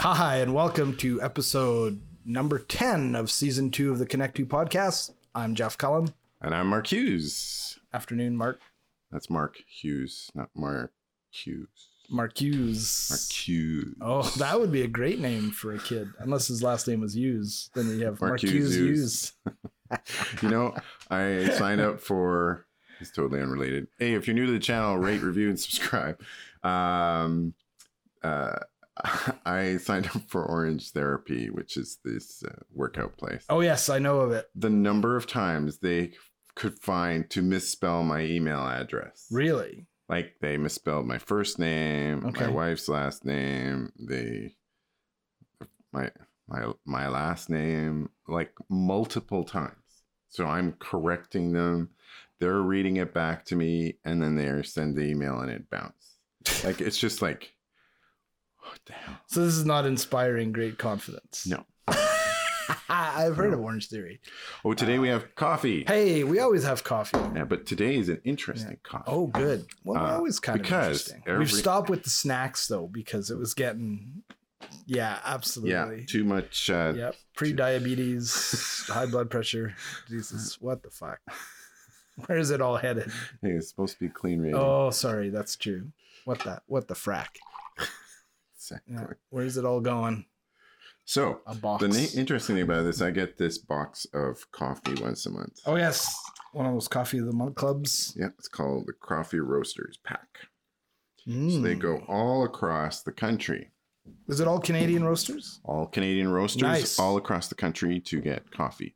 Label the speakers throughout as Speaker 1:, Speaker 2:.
Speaker 1: Hi, and welcome to episode number 10 of season two of the Connect 2 podcast. I'm Jeff Cullum.
Speaker 2: And I'm Mark Hughes.
Speaker 1: Afternoon, Mark.
Speaker 2: That's Mark Hughes, not Mark Hughes.
Speaker 1: Mark Hughes.
Speaker 2: Mark Hughes.
Speaker 1: Oh, that would be a great name for a kid, unless his last name was Hughes. Then we have Mark,
Speaker 2: Mark
Speaker 1: Hughes
Speaker 2: Hughes
Speaker 1: Hughes.
Speaker 2: You know, I signed up for. It's totally unrelated. Hey, if you're new to the channel, rate, review, and subscribe. Um, uh, I signed up for Orange Therapy, which is this uh, workout place.
Speaker 1: Oh, yes, I know of it.
Speaker 2: The number of times they could find to misspell my email address.
Speaker 1: Really?
Speaker 2: like they misspelled my first name,
Speaker 1: Okay.
Speaker 2: my wife's last name, they my my my last name like multiple times. So I'm correcting them. They're reading it back to me and then they're send the email and it bounce. Like it's just like what the hell?
Speaker 1: So this is not inspiring great confidence.
Speaker 2: No.
Speaker 1: I've heard
Speaker 2: No.
Speaker 1: of Orange Theory.
Speaker 2: Oh, today we have coffee.
Speaker 1: Hey, we always have coffee.
Speaker 2: Yeah, but today is an interesting coffee.
Speaker 1: Oh, good. Well, we're
Speaker 2: Uh,
Speaker 1: always kind
Speaker 2: because
Speaker 1: of interesting.
Speaker 2: every-
Speaker 1: We've stopped with the snacks though because it was getting, yeah,
Speaker 2: yeah,
Speaker 1: absolutely.
Speaker 2: too much uh,
Speaker 1: Yep. Pre-diabetes, high blood pressure. Jesus,
Speaker 2: Uh-huh.
Speaker 1: what the fuck? Where is it all headed?
Speaker 2: hey, it's supposed to be clean rating.
Speaker 1: Oh, sorry, that's true. What that? What the frack?
Speaker 2: Exactly.
Speaker 1: Yeah. Where is it all going?
Speaker 2: So
Speaker 1: A box.
Speaker 2: The na- interesting thing about this, I get this box of coffee once a month.
Speaker 1: oh yes, one of those coffee of the month clubs.
Speaker 2: Yeah, it's called the Coffee Roasters Pack. So they
Speaker 1: Mm.
Speaker 2: go all across the country.
Speaker 1: Is it all Canadian roasters?
Speaker 2: All Canadian roasters
Speaker 1: Nice.
Speaker 2: all across the country to get coffee.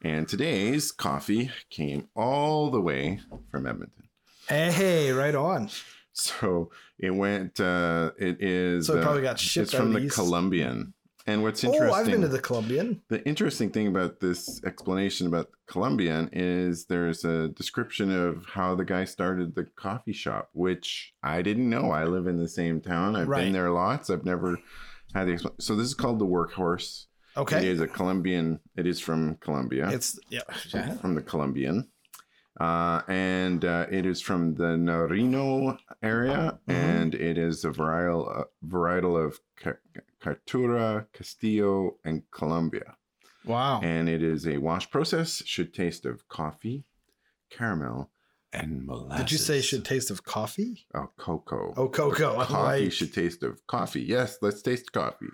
Speaker 2: And today's coffee came all the way from Edmonton.
Speaker 1: Hey, hey, right on.
Speaker 2: So it went uh it is
Speaker 1: So it
Speaker 2: uh,
Speaker 1: probably got shipped
Speaker 2: it's
Speaker 1: out
Speaker 2: from
Speaker 1: of
Speaker 2: the
Speaker 1: east.
Speaker 2: Colombian. And what's interesting
Speaker 1: Oh, I've been to the Colombian.
Speaker 2: The interesting thing about this explanation about Colombian is there's a description of how the guy started the coffee shop, which I didn't know. I live in the same town. I've
Speaker 1: Right.
Speaker 2: been there lots. I've never had the expl- so this is called the Workhorse. It
Speaker 1: Okay.
Speaker 2: is a Colombian. It is from Colombia.
Speaker 1: It's yeah. yeah.
Speaker 2: from the Colombian. Uh, and uh, it is from the Narino area,
Speaker 1: Mhm.
Speaker 2: and it is a varietal, uh, varietal of Ca- Cartura, Castillo, and Colombia
Speaker 1: Wow.
Speaker 2: and it is a wash process. Should taste of coffee, caramel, and molasses.
Speaker 1: Did you say should taste of coffee?
Speaker 2: Oh, cocoa.
Speaker 1: Oh, cocoa. I'm
Speaker 2: coffee
Speaker 1: like-
Speaker 2: should taste of coffee. Yes, let's taste coffee.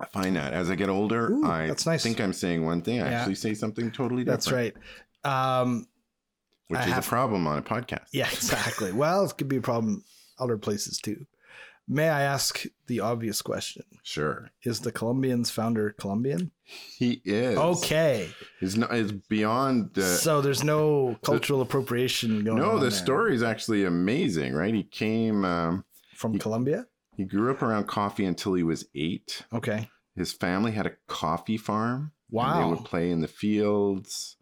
Speaker 2: I find that as I get older,
Speaker 1: Ooh,
Speaker 2: I
Speaker 1: that's nice.
Speaker 2: think I'm saying one thing. I
Speaker 1: Yeah.
Speaker 2: actually say something totally different.
Speaker 1: That's right. Um,
Speaker 2: Which
Speaker 1: I
Speaker 2: is
Speaker 1: have-
Speaker 2: a problem on a podcast.
Speaker 1: yeah, exactly. well, it could be a problem other places too. May I ask the obvious question?
Speaker 2: Sure.
Speaker 1: Is the Colombian's founder Colombian?
Speaker 2: He is.
Speaker 1: Okay.
Speaker 2: It's, not, it's beyond. Uh,
Speaker 1: so there's no cultural appropriation going on.
Speaker 2: no, the
Speaker 1: there.
Speaker 2: story is actually amazing, right? He came. Um,
Speaker 1: From Colombia?
Speaker 2: he grew up around coffee until he was eight.
Speaker 1: Okay.
Speaker 2: his family had a coffee farm. and
Speaker 1: Wow.
Speaker 2: they would play in the fields.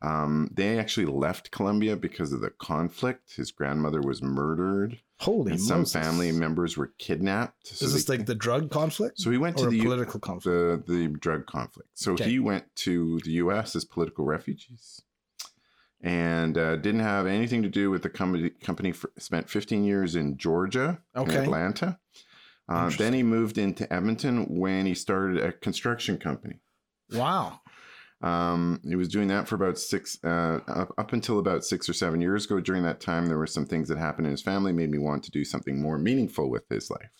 Speaker 2: Um, they actually left Colombia because of the conflict. His grandmother was murdered,
Speaker 1: Holy
Speaker 2: and some
Speaker 1: Moses.
Speaker 2: family members were kidnapped. So
Speaker 1: Is this
Speaker 2: they-
Speaker 1: like the drug conflict
Speaker 2: so he went to
Speaker 1: or a
Speaker 2: the U-
Speaker 1: political conflict?
Speaker 2: the the drug conflict. So
Speaker 1: Okay.
Speaker 2: he went to the U.S. as political refugees, and uh, didn't have anything to do with the company. Company for, spent 15 years in Georgia, in
Speaker 1: Okay.
Speaker 2: Atlanta. Uh, then he moved into Edmonton when he started a construction company.
Speaker 1: Wow.
Speaker 2: Um, he was doing that for about six, uh, up, up until about six or seven years ago. During that time, there were some things that happened in his family made me want to do something more meaningful with his life.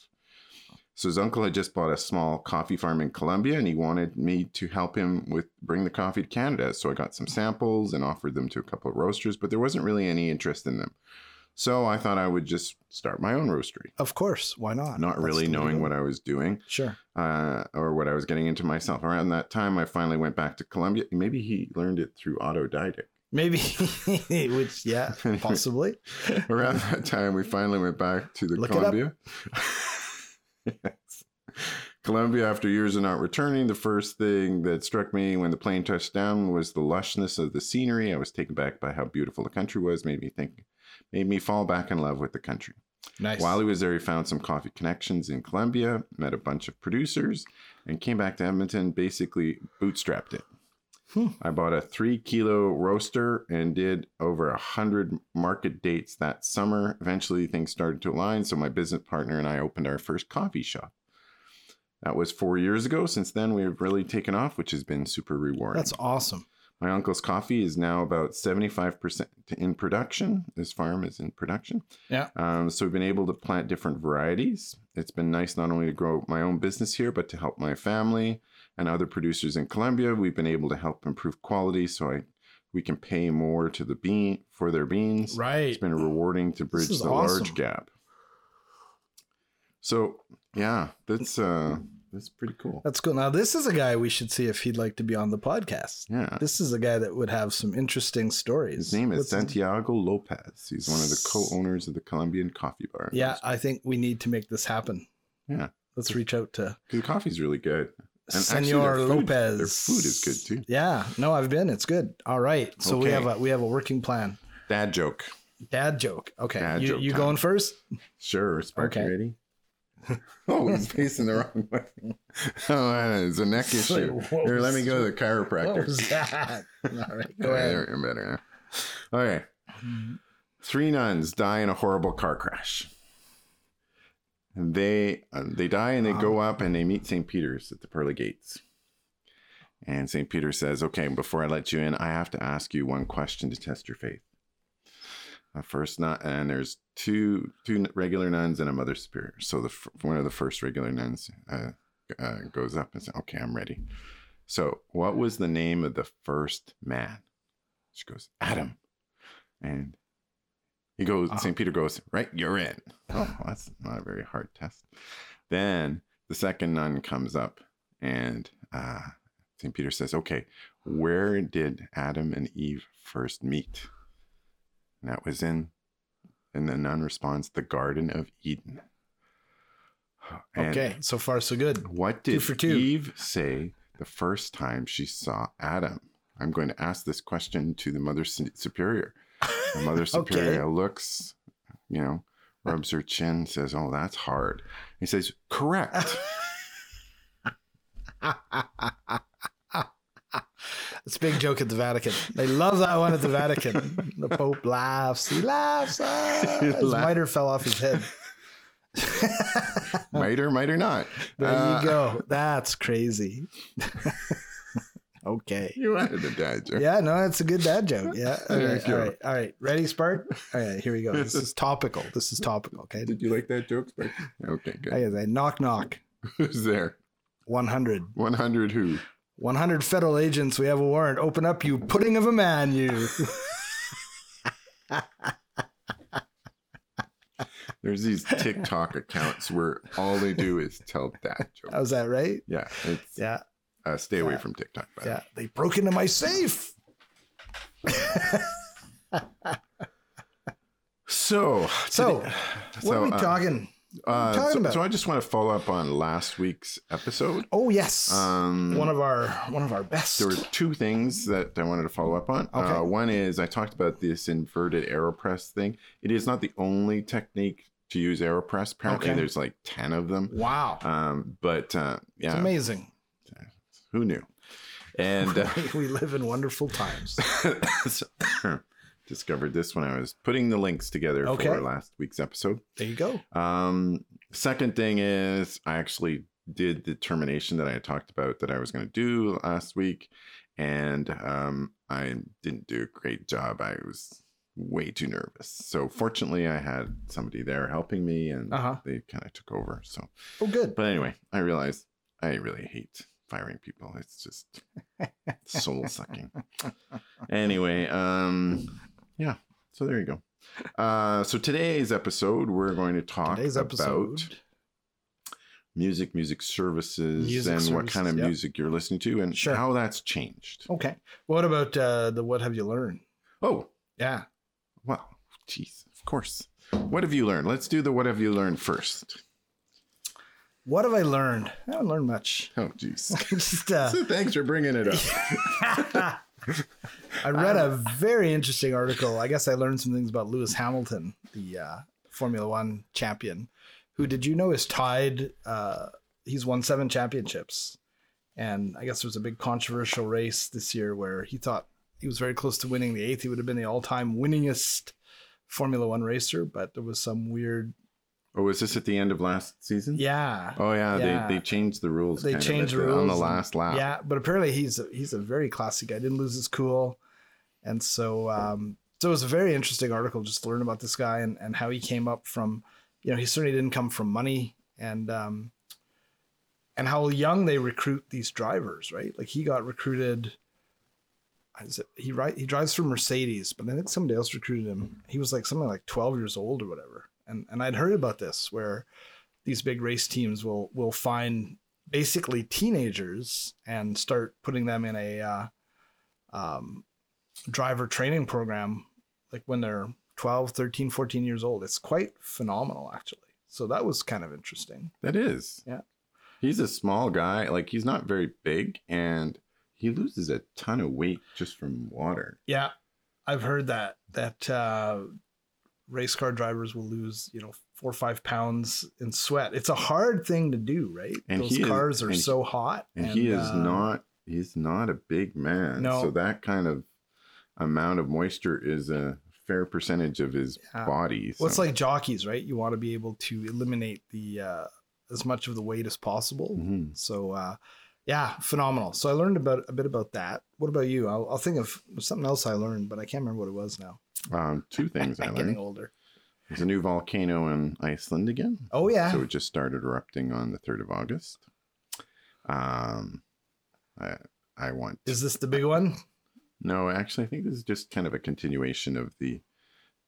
Speaker 2: So his uncle had just bought a small coffee farm in Colombia, and he wanted me to help him with bring the coffee to Canada. So I got some samples and offered them to a couple of roasters, but there wasn't really any interest in them. So I thought I would just start my own roastery,
Speaker 1: Of course. Why not?
Speaker 2: not
Speaker 1: That's
Speaker 2: really
Speaker 1: the way to
Speaker 2: knowing
Speaker 1: go.
Speaker 2: what I was doing
Speaker 1: Sure.
Speaker 2: uh, or what I was getting into myself. Around that time, I finally went back to Columbia. Maybe he learned it through autodidact.
Speaker 1: Maybe, which, yeah, possibly.
Speaker 2: Around that time, we finally went back to the
Speaker 1: Look it up.
Speaker 2: Columbia. yes. Columbia, after years of not returning, the first thing that struck me when the plane touched down was the lushness of the scenery. I was taken back by how beautiful the country was. Made me think, made me fall back in love with the country.
Speaker 1: Nice.
Speaker 2: While he was there, he found some coffee connections in Colombia, met a bunch of producers, and came back to Edmonton, basically bootstrapped it.
Speaker 1: Hmm.
Speaker 2: I bought a three kilo roaster and did over a hundred market dates that summer. Eventually, things started to align, so my business partner and I opened our first coffee shop. That was four years ago. Since then, we have really taken off, which has been super rewarding.
Speaker 1: That's awesome.
Speaker 2: My uncle's coffee is now about 75% in production. This farm is in production.
Speaker 1: Yeah.
Speaker 2: Um, so we've been able to plant different varieties. It's been nice not only to grow my own business here, but to help my family and other producers in Colombia. We've been able to help improve quality so I we can pay more to the bean for their beans.
Speaker 1: Right.
Speaker 2: It's been rewarding to bridge
Speaker 1: is
Speaker 2: the
Speaker 1: awesome.
Speaker 2: large gap. So yeah, that's uh that's pretty cool.
Speaker 1: That's cool. Now, this is a guy we should see if he'd like to be on the podcast.
Speaker 2: Yeah.
Speaker 1: This is a guy that would have some interesting stories.
Speaker 2: His name is
Speaker 1: What's his-
Speaker 2: Santiago Lopez. He's one of the
Speaker 1: S-
Speaker 2: co-owners of the Colombian Coffee Bar.
Speaker 1: Yeah, I think we need to make this happen.
Speaker 2: Yeah.
Speaker 1: Let's reach out to
Speaker 2: because the coffee's really good. And actually,
Speaker 1: Senor
Speaker 2: their food-
Speaker 1: Lopez.
Speaker 2: Their food is good too.
Speaker 1: Yeah. No, I've been. It's good. All right. So we
Speaker 2: Okay.
Speaker 1: have a we have a working plan.
Speaker 2: Dad joke.
Speaker 1: Dad joke. Okay.
Speaker 2: Dad
Speaker 1: you
Speaker 2: joke
Speaker 1: you
Speaker 2: time.
Speaker 1: going first?
Speaker 2: Sure, Sparky
Speaker 1: Okay.
Speaker 2: ready? oh, he's facing the wrong way. Oh, uh, it's a neck
Speaker 1: It's like,
Speaker 2: issue.
Speaker 1: what
Speaker 2: Here, let
Speaker 1: was-
Speaker 2: me go to the chiropractor.
Speaker 1: What was that? All right. Go
Speaker 2: All right,
Speaker 1: ahead.
Speaker 2: you're better now. All right. Three nuns die in a horrible car crash. And they uh, they die and they go up and they meet St. Peter's at the pearly gates. And St. Peter says, "Okay, before I let you in, I have to ask you one question to test your faith." A first nun, and there's two two regular nuns and a mother superior. So the f- one of the first regular nuns uh, uh, goes up and says, "Okay, I'm ready." So, what was the name of the first man? She goes, Adam. And he goes,
Speaker 1: Uh-huh.
Speaker 2: St. Peter goes, Right, you're in. Oh, that's not a very hard test. Then the second nun comes up and uh, St. Peter says, Okay, where did Adam and Eve first meet? And that was in, and the nun responds, The Garden of Eden. And
Speaker 1: Okay. So far so good.
Speaker 2: what
Speaker 1: Two
Speaker 2: did
Speaker 1: for two.
Speaker 2: Eve say the first time she saw Adam? I'm going to ask this question to the mother su- superior. The mother superior looks, you know, rubs her chin, says, "Oh, that's hard." He says, "Correct."
Speaker 1: It's a big joke at the Vatican. They love that one at the Vatican. The Pope laughs. He laughs. Ah,
Speaker 2: He
Speaker 1: his
Speaker 2: laugh-
Speaker 1: mitre fell off his head.
Speaker 2: might or might or not.
Speaker 1: There
Speaker 2: Uh,
Speaker 1: you go. That's crazy. okay.
Speaker 2: You wanted a dad joke.
Speaker 1: Yeah, no, that's a good dad joke. Yeah.
Speaker 2: There you
Speaker 1: Okay, all
Speaker 2: go.
Speaker 1: right. All right. Ready, Spark? All right. Here we go. This is topical. This is topical. Okay.
Speaker 2: Did you like that joke? Spike? Okay, good.
Speaker 1: Okay. then Knock, knock.
Speaker 2: Who's there?
Speaker 1: 100.
Speaker 2: 100 who?
Speaker 1: 100 federal agents. We have a warrant. Open up, you pudding of a man, you.
Speaker 2: There's these TikTok accounts where all they do is tell dad jokes.
Speaker 1: How's that, right?
Speaker 2: Yeah, it's
Speaker 1: Yeah.
Speaker 2: uh, stay away
Speaker 1: Yeah.
Speaker 2: from TikTok. by the way.
Speaker 1: Yeah. They broke into my safe.
Speaker 2: So,
Speaker 1: So,
Speaker 2: today-
Speaker 1: What are we
Speaker 2: uh,
Speaker 1: talking?
Speaker 2: uh,
Speaker 1: talking
Speaker 2: so,
Speaker 1: about?
Speaker 2: so I just want to follow up on last week's episode.
Speaker 1: Oh, yes.
Speaker 2: Um,
Speaker 1: one of our one of our best.
Speaker 2: there were two things that I wanted to follow up on.
Speaker 1: Okay.
Speaker 2: Uh, one is I talked about this inverted aeropress thing. It is not the only technique to use aeropress. Apparently,
Speaker 1: Okay.
Speaker 2: there's like ten of them.
Speaker 1: wow.
Speaker 2: Um, but uh,
Speaker 1: It's
Speaker 2: yeah,
Speaker 1: amazing.
Speaker 2: who knew? And uh,
Speaker 1: we live in wonderful times.
Speaker 2: so- discovered this when I was putting the links together
Speaker 1: Okay.
Speaker 2: for last week's episode.
Speaker 1: There you go.
Speaker 2: Um, second thing is I actually did the termination that I had talked about that I was going to do last week, and um, I didn't do a great job. I was way too nervous. So fortunately, I had somebody there helping me, and
Speaker 1: Uh-huh.
Speaker 2: they kind of took over. So,
Speaker 1: Oh, good.
Speaker 2: but anyway, I realized I really hate firing people. It's just soul sucking. Anyway, um, yeah. So there you go. Uh, so today's episode, we're going to talk
Speaker 1: Today's
Speaker 2: about
Speaker 1: episode.
Speaker 2: music, music services,
Speaker 1: Music
Speaker 2: and what kind
Speaker 1: services,
Speaker 2: of
Speaker 1: yeah.
Speaker 2: music you're listening to, and
Speaker 1: Sure.
Speaker 2: how that's changed.
Speaker 1: Okay. What about uh, the what have you learned?
Speaker 2: Oh,
Speaker 1: Yeah.
Speaker 2: wow, jeez, of course. What have you learned? Let's do the what have you learned first.
Speaker 1: What have I learned? I haven't learned much.
Speaker 2: Oh, jeez.
Speaker 1: Just uh,
Speaker 2: So thanks for bringing it up.
Speaker 1: I read a very interesting article. I guess I learned some things about Lewis Hamilton, the uh, Formula One champion, who did you know is tied? Uh, he's won seven championships, And I guess there was a big controversial race this year where he thought he was very close to winning the eighth. He would have been the all time winningest Formula One racer, but there was some weird.
Speaker 2: Oh, was this at the end of last season?
Speaker 1: Yeah.
Speaker 2: Oh yeah,
Speaker 1: Yeah.
Speaker 2: They, they changed the rules.
Speaker 1: They
Speaker 2: kind of
Speaker 1: changed
Speaker 2: at
Speaker 1: the
Speaker 2: on the
Speaker 1: rules and-
Speaker 2: last lap.
Speaker 1: Yeah, but apparently he's a, he's a very classy guy. Didn't lose his cool, and so um, so it was a very interesting article just to learn about this guy and and how he came up from, you know, he certainly didn't come from money and um, and how young they recruit these drivers, right? Like he got recruited. Is it, he right he drives for Mercedes, but I think somebody else recruited him. He was like something like twelve years old or whatever. And and I'd heard about this where these big race teams will will find basically teenagers and start putting them in a uh, um, driver training program like when they're 12 13 14 years old it's quite phenomenal actually so that was kind of interesting
Speaker 2: That is.
Speaker 1: Yeah.
Speaker 2: He's a small guy. Like he's not very big, and he loses a ton of weight just from water.
Speaker 1: yeah i've heard that that uh, race car drivers will lose you know four or five pounds in sweat it's a hard thing to do right
Speaker 2: And
Speaker 1: those
Speaker 2: he is-
Speaker 1: cars are
Speaker 2: and-
Speaker 1: so hot
Speaker 2: And, he is
Speaker 1: uh,
Speaker 2: not. He's not a big man.
Speaker 1: No.
Speaker 2: So that kind of amount of moisture is a fair percentage of his
Speaker 1: Yeah.
Speaker 2: body. So.
Speaker 1: Well, it's like jockeys, right? You want to be able to eliminate the uh, as much of the weight as possible.
Speaker 2: Mhm.
Speaker 1: So, uh, yeah, phenomenal. So I learned about a bit about that. What about you? I'll, I'll think of something else I learned, but I can't remember what it was now.
Speaker 2: um, two things I
Speaker 1: I'm getting
Speaker 2: learned.
Speaker 1: older.
Speaker 2: There's a new volcano in Iceland again.
Speaker 1: Oh yeah,
Speaker 2: So it just started erupting on the third of August. Um, I I want
Speaker 1: is this the big one?
Speaker 2: No, actually, I think this is just kind of a continuation of the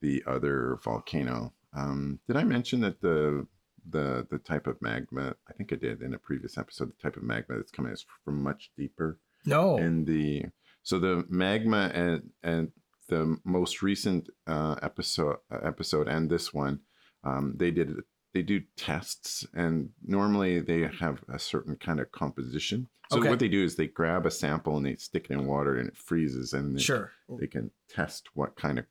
Speaker 2: the other volcano. Um, did I mention that the the the type of magma? I think I did in a previous episode. The type of magma that's coming is from much deeper
Speaker 1: No.
Speaker 2: in the so the magma and and the most recent uh, episode uh, episode and this one um, they did they do tests and normally they have a certain kind of composition so
Speaker 1: Okay.
Speaker 2: what they do is they grab a sample and they stick it in water and it freezes and they,
Speaker 1: sure.
Speaker 2: they can test what kind of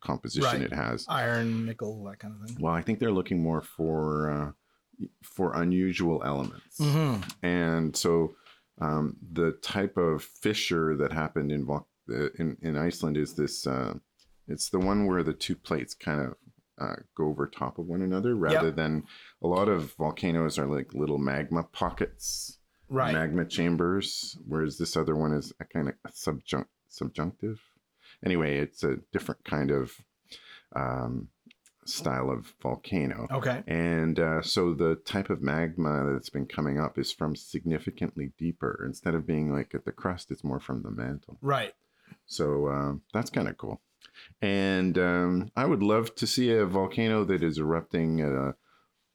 Speaker 1: Right.
Speaker 2: composition it has
Speaker 1: Iron, nickel, that kind of thing.
Speaker 2: well i think they're looking more for uh, for unusual elements
Speaker 1: Mm-hmm.
Speaker 2: and so um, the type of fissure that happened in vol- uh, in, in Iceland is this. Uh, it's the one where the two plates kind of uh, go over top of one another, rather than a lot of volcanoes are like little magma pockets,
Speaker 1: Right.
Speaker 2: magma chambers, whereas this other one is a kind of a subjunct subjunctive. Anyway, it's a different kind of um, style of volcano.
Speaker 1: okay.
Speaker 2: And uh, so the type of magma that's been coming up is from significantly deeper. Instead of being like at the crust, it's more from the mantle.
Speaker 1: Right.
Speaker 2: So um, that's kind of cool. And um, I would love to see a volcano that is erupting at a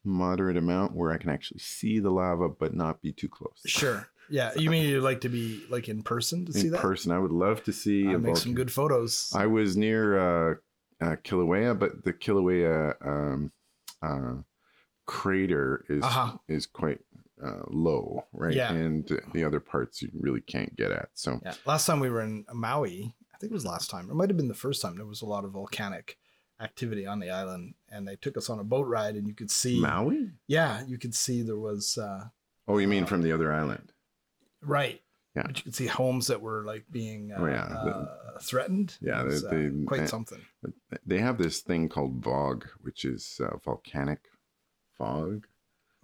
Speaker 2: moderate amount where I can actually see the lava but not be too close.
Speaker 1: Sure. Yeah. You mean you'd like to be like in person to see
Speaker 2: In
Speaker 1: that?
Speaker 2: person, I would love to see
Speaker 1: Uh,
Speaker 2: a
Speaker 1: make
Speaker 2: volcano.
Speaker 1: some good photos.
Speaker 2: I was near uh, uh, Kilauea, but the Kilauea um, uh, crater is
Speaker 1: Uh-huh.
Speaker 2: is quite uh, low, right?
Speaker 1: Yeah.
Speaker 2: And the other parts you really can't get at. So
Speaker 1: Yeah. Last time we were in Maui, I think it was last time. It might have been the first time. There was a lot of volcanic activity on the island, and they took us on a boat ride, and you could see.
Speaker 2: Maui?
Speaker 1: Yeah, you could see there was uh,
Speaker 2: Oh, you mean from the other island?
Speaker 1: right.
Speaker 2: Yeah.
Speaker 1: But you could see homes that were like being uh,
Speaker 2: Oh, yeah.
Speaker 1: uh, threatened.
Speaker 2: Yeah,
Speaker 1: It was,
Speaker 2: they-
Speaker 1: uh,
Speaker 2: they-
Speaker 1: quite
Speaker 2: they-
Speaker 1: something.
Speaker 2: They have this thing called VOG, which is uh, volcanic fog.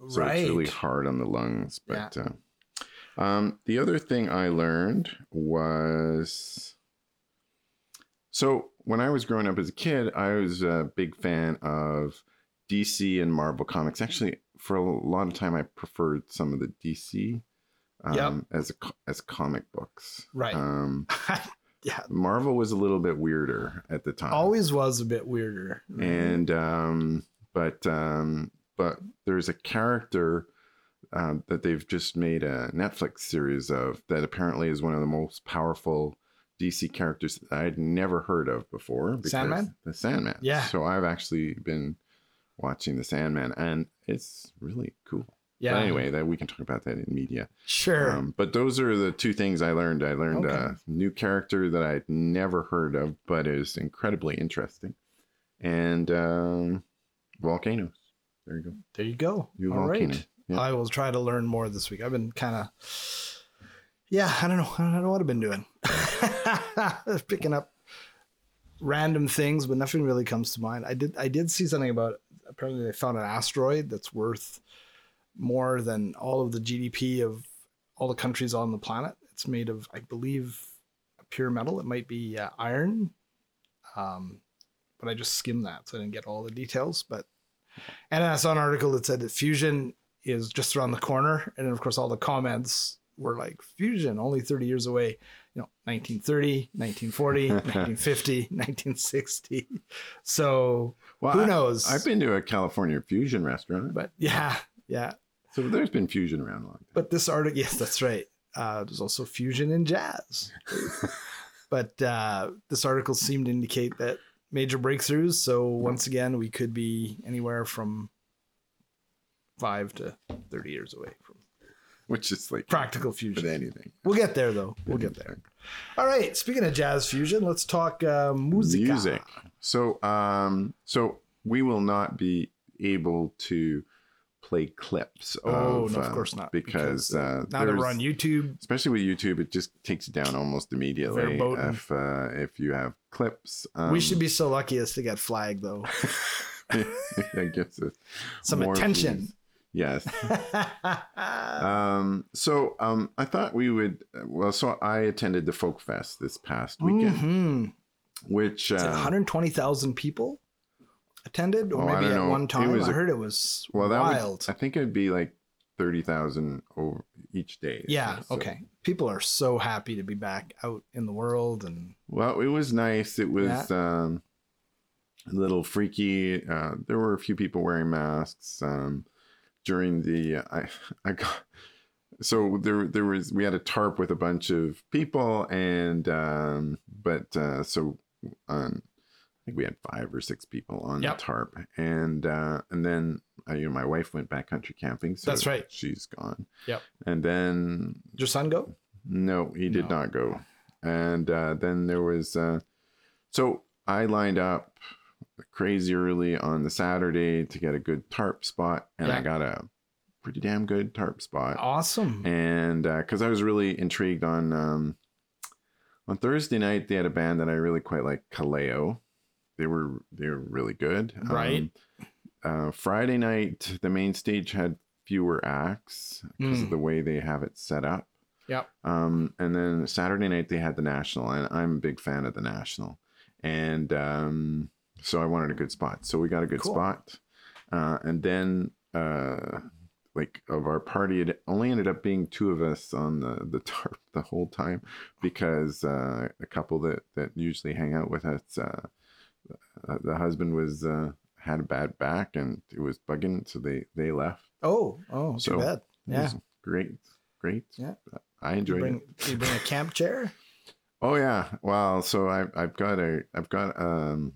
Speaker 2: So
Speaker 1: right.
Speaker 2: it's really hard on the lungs. But uh, um, the other thing I learned was so when I was growing up as a kid, I was a big fan of DC and Marvel comics. Actually, for a lot of time, I preferred some of the DC um,
Speaker 1: Yep.
Speaker 2: as a, co- as comic books.
Speaker 1: Right.
Speaker 2: Um,
Speaker 1: yeah.
Speaker 2: Marvel was a little bit weirder at the time
Speaker 1: Always was a bit weirder.
Speaker 2: uh,
Speaker 1: Mm-hmm.
Speaker 2: and um, but um, but there's a character um, that they've just made a Netflix series of that apparently is one of the most powerful DC characters that I'd never heard of before. because-
Speaker 1: Sandman?
Speaker 2: the Sandman.
Speaker 1: Yeah.
Speaker 2: So I've actually been watching the Sandman, and it's really cool.
Speaker 1: yeah.
Speaker 2: But anyway, that we can talk about that in media.
Speaker 1: Sure.
Speaker 2: Um, but those are the two things I learned. I learned
Speaker 1: Okay.
Speaker 2: a new character that I'd never heard of, but is incredibly interesting. And um, volcanoes. There you go.
Speaker 1: there you go.
Speaker 2: New
Speaker 1: All right.
Speaker 2: volcano. Yeah.
Speaker 1: I will try to learn more this week. I've been kind of yeah, I don't know. I don't know what I've been doing. Picking up random things, but nothing really comes to mind. I did I did see something about apparently they found an asteroid that's worth more than all of the GDP of all the countries on the planet. It's made of, I believe, pure metal. It might be uh, iron. Um, but I just skimmed that, so I didn't get all the details. But and I saw an article that said that fusion is just around the corner, and then of course all the comments were like fusion only 30 years away you know 1930 1940 1950 1960 so
Speaker 2: Well,
Speaker 1: who
Speaker 2: I-
Speaker 1: knows
Speaker 2: I've been to a California fusion restaurant,
Speaker 1: but yeah yeah
Speaker 2: so there's been fusion around long.
Speaker 1: but this article yes that's right uh, there's also fusion in jazz but uh, this article seemed to indicate that major breakthroughs so once again we could be anywhere from five to 30 years away from
Speaker 2: which is like
Speaker 1: practical
Speaker 2: with
Speaker 1: fusion
Speaker 2: anything.
Speaker 1: we'll get there though we'll get there All right. Speaking of jazz fusion, let's talk uh, music.
Speaker 2: Music. So, um, so we will not be able to play clips.
Speaker 1: Oh,
Speaker 2: of,
Speaker 1: no, of
Speaker 2: um,
Speaker 1: course not,
Speaker 2: because,
Speaker 1: because,
Speaker 2: uh,
Speaker 1: Now that we're
Speaker 2: there's-
Speaker 1: on YouTube,
Speaker 2: Especially with YouTube, it just takes it down almost immediately
Speaker 1: Verboten.
Speaker 2: if uh, if you have clips. Um,
Speaker 1: we should be so lucky as to get flagged though.
Speaker 2: that gives us
Speaker 1: Some
Speaker 2: more
Speaker 1: attention.
Speaker 2: views. Yes.
Speaker 1: yeah.
Speaker 2: Um, so um, I thought we would. Well, so I attended the Folk Fest this past weekend,
Speaker 1: Mhm.
Speaker 2: which
Speaker 1: Is it
Speaker 2: uh,
Speaker 1: 120,000 people attended, or
Speaker 2: Oh, I
Speaker 1: maybe
Speaker 2: don't
Speaker 1: at
Speaker 2: know.
Speaker 1: one
Speaker 2: It
Speaker 1: time.
Speaker 2: was
Speaker 1: I
Speaker 2: a-
Speaker 1: heard it was
Speaker 2: well that
Speaker 1: wild.
Speaker 2: Would, I think it'd be like thirty thousand over each day.
Speaker 1: yeah.
Speaker 2: So-
Speaker 1: okay. People are so happy to be back out in the world, and
Speaker 2: Well, it was nice. It was um, a little freaky. Uh, there were a few people wearing masks um, during the. uh, I I got so there there was we had a tarp with a bunch of people and um, but uh, so on. I think we had five or six people on
Speaker 1: Yep.
Speaker 2: the tarp, and uh, and then uh, you know my wife went backcountry camping. So
Speaker 1: That's right.
Speaker 2: She's gone.
Speaker 1: Yep.
Speaker 2: And then
Speaker 1: did your son go?
Speaker 2: no, he did
Speaker 1: No.
Speaker 2: not go. And uh, then there was, uh, so I lined up crazy early on the Saturday to get a good tarp spot, and I
Speaker 1: Yeah. Oh,
Speaker 2: got a pretty damn good tarp spot.
Speaker 1: Awesome.
Speaker 2: And because I was really intrigued on um, on Thursday night, they had a band that I really quite like, Kaleo. They were they were really good. Um,
Speaker 1: Right.
Speaker 2: uh, Friday night, the main stage had fewer acts because of
Speaker 1: Mm.
Speaker 2: the way they have it set up.
Speaker 1: Yep.
Speaker 2: Um, and then Saturday night they had the national, and I'm a big fan of the national, and um, so I wanted a good spot. So we got a good
Speaker 1: Cool.
Speaker 2: spot, uh, and then uh, like of our party, it only ended up being two of us on the the tarp the whole time because uh, a couple that that usually hang out with us, uh, uh, the husband was uh, had a bad back and it was bugging, so they they left.
Speaker 1: oh, oh, too
Speaker 2: So,
Speaker 1: bad.
Speaker 2: It
Speaker 1: Yeah.
Speaker 2: was great, great.
Speaker 1: Yeah.
Speaker 2: I
Speaker 1: Did you
Speaker 2: enjoyed it.
Speaker 1: bring, did you bring a camp chair?
Speaker 2: Oh yeah. Wow. So I I've got a I've got um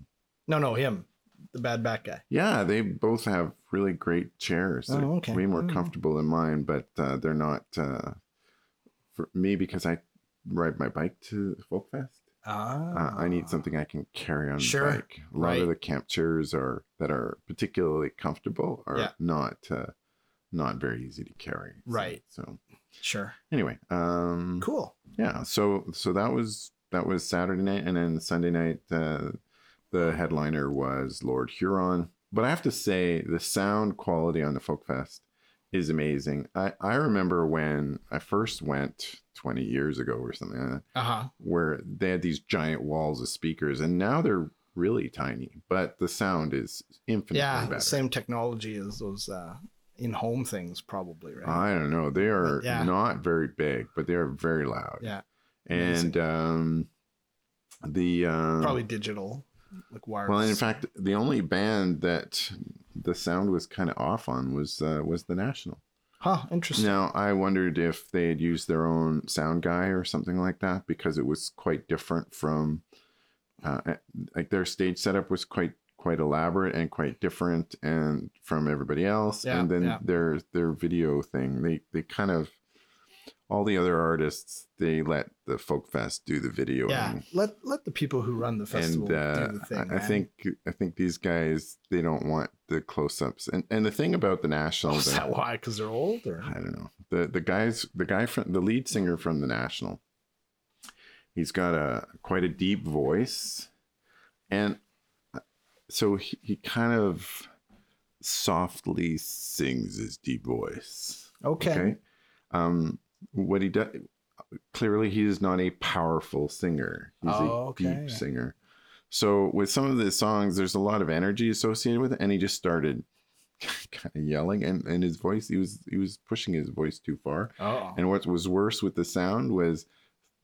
Speaker 1: No, no, him, the bad back guy.
Speaker 2: yeah, they both have really great chairs. They're
Speaker 1: Oh, okay.
Speaker 2: way more
Speaker 1: Mm.
Speaker 2: comfortable than mine, but uh, they're not uh for me because I ride my bike to Folk Fest. Uh,
Speaker 1: Ah,
Speaker 2: I need something I can carry on
Speaker 1: Sure.
Speaker 2: the bike. A lot of
Speaker 1: Right.
Speaker 2: the camp chairs are that are particularly comfortable are
Speaker 1: Yeah.
Speaker 2: not uh not very easy to carry. So-
Speaker 1: Right.
Speaker 2: So,
Speaker 1: Sure.
Speaker 2: anyway, um
Speaker 1: Cool.
Speaker 2: yeah so so that was that was saturday night and then sunday night uh, the headliner was lord huron but i have to say the sound quality on the folk fest is amazing i i remember when i first went 20 years ago or something like that
Speaker 1: Uh huh.
Speaker 2: where they had these giant walls of speakers and now they're really tiny but the sound is infinitely
Speaker 1: Yeah.
Speaker 2: better
Speaker 1: Same technology as those uh, in home things, probably, right?
Speaker 2: I don't know. They are
Speaker 1: yeah.
Speaker 2: not very big, but they are very loud.
Speaker 1: Yeah.
Speaker 2: And um, the um,
Speaker 1: probably digital, like wireless.
Speaker 2: well, and in fact, the only band that the sound was kind of off on was uh, was the National.
Speaker 1: huh? Interesting.
Speaker 2: Now I wondered if they had used their own sound guy or something like that because it was quite different from uh, like their stage setup was quite quite elaborate and quite different and from everybody else
Speaker 1: Yeah,
Speaker 2: and then
Speaker 1: yeah.
Speaker 2: their their video thing they they kind of all the other artists they let the folk fest do the video
Speaker 1: yeah.
Speaker 2: and,
Speaker 1: Let let the people who run the festival
Speaker 2: and uh,
Speaker 1: do the thing.
Speaker 2: I, I
Speaker 1: man.
Speaker 2: think I think these guys they don't want the close ups and and the thing about the
Speaker 1: Oh,
Speaker 2: national
Speaker 1: is that why? Because they're old, or
Speaker 2: I don't know. the the guys the guy from the lead singer from the National. He's got a quite a deep voice, and uh, so he, he kind of softly sings his deep voice.
Speaker 1: Okay.
Speaker 2: Um, what he does clearly he is not a powerful singer. He's
Speaker 1: Oh,
Speaker 2: a
Speaker 1: okay.
Speaker 2: deep singer. So with some of the songs, there's a lot of energy associated with it, and he just started kind of yelling, and, and his voice he was he was pushing his voice too far.
Speaker 1: Oh.
Speaker 2: And what was worse with the sound was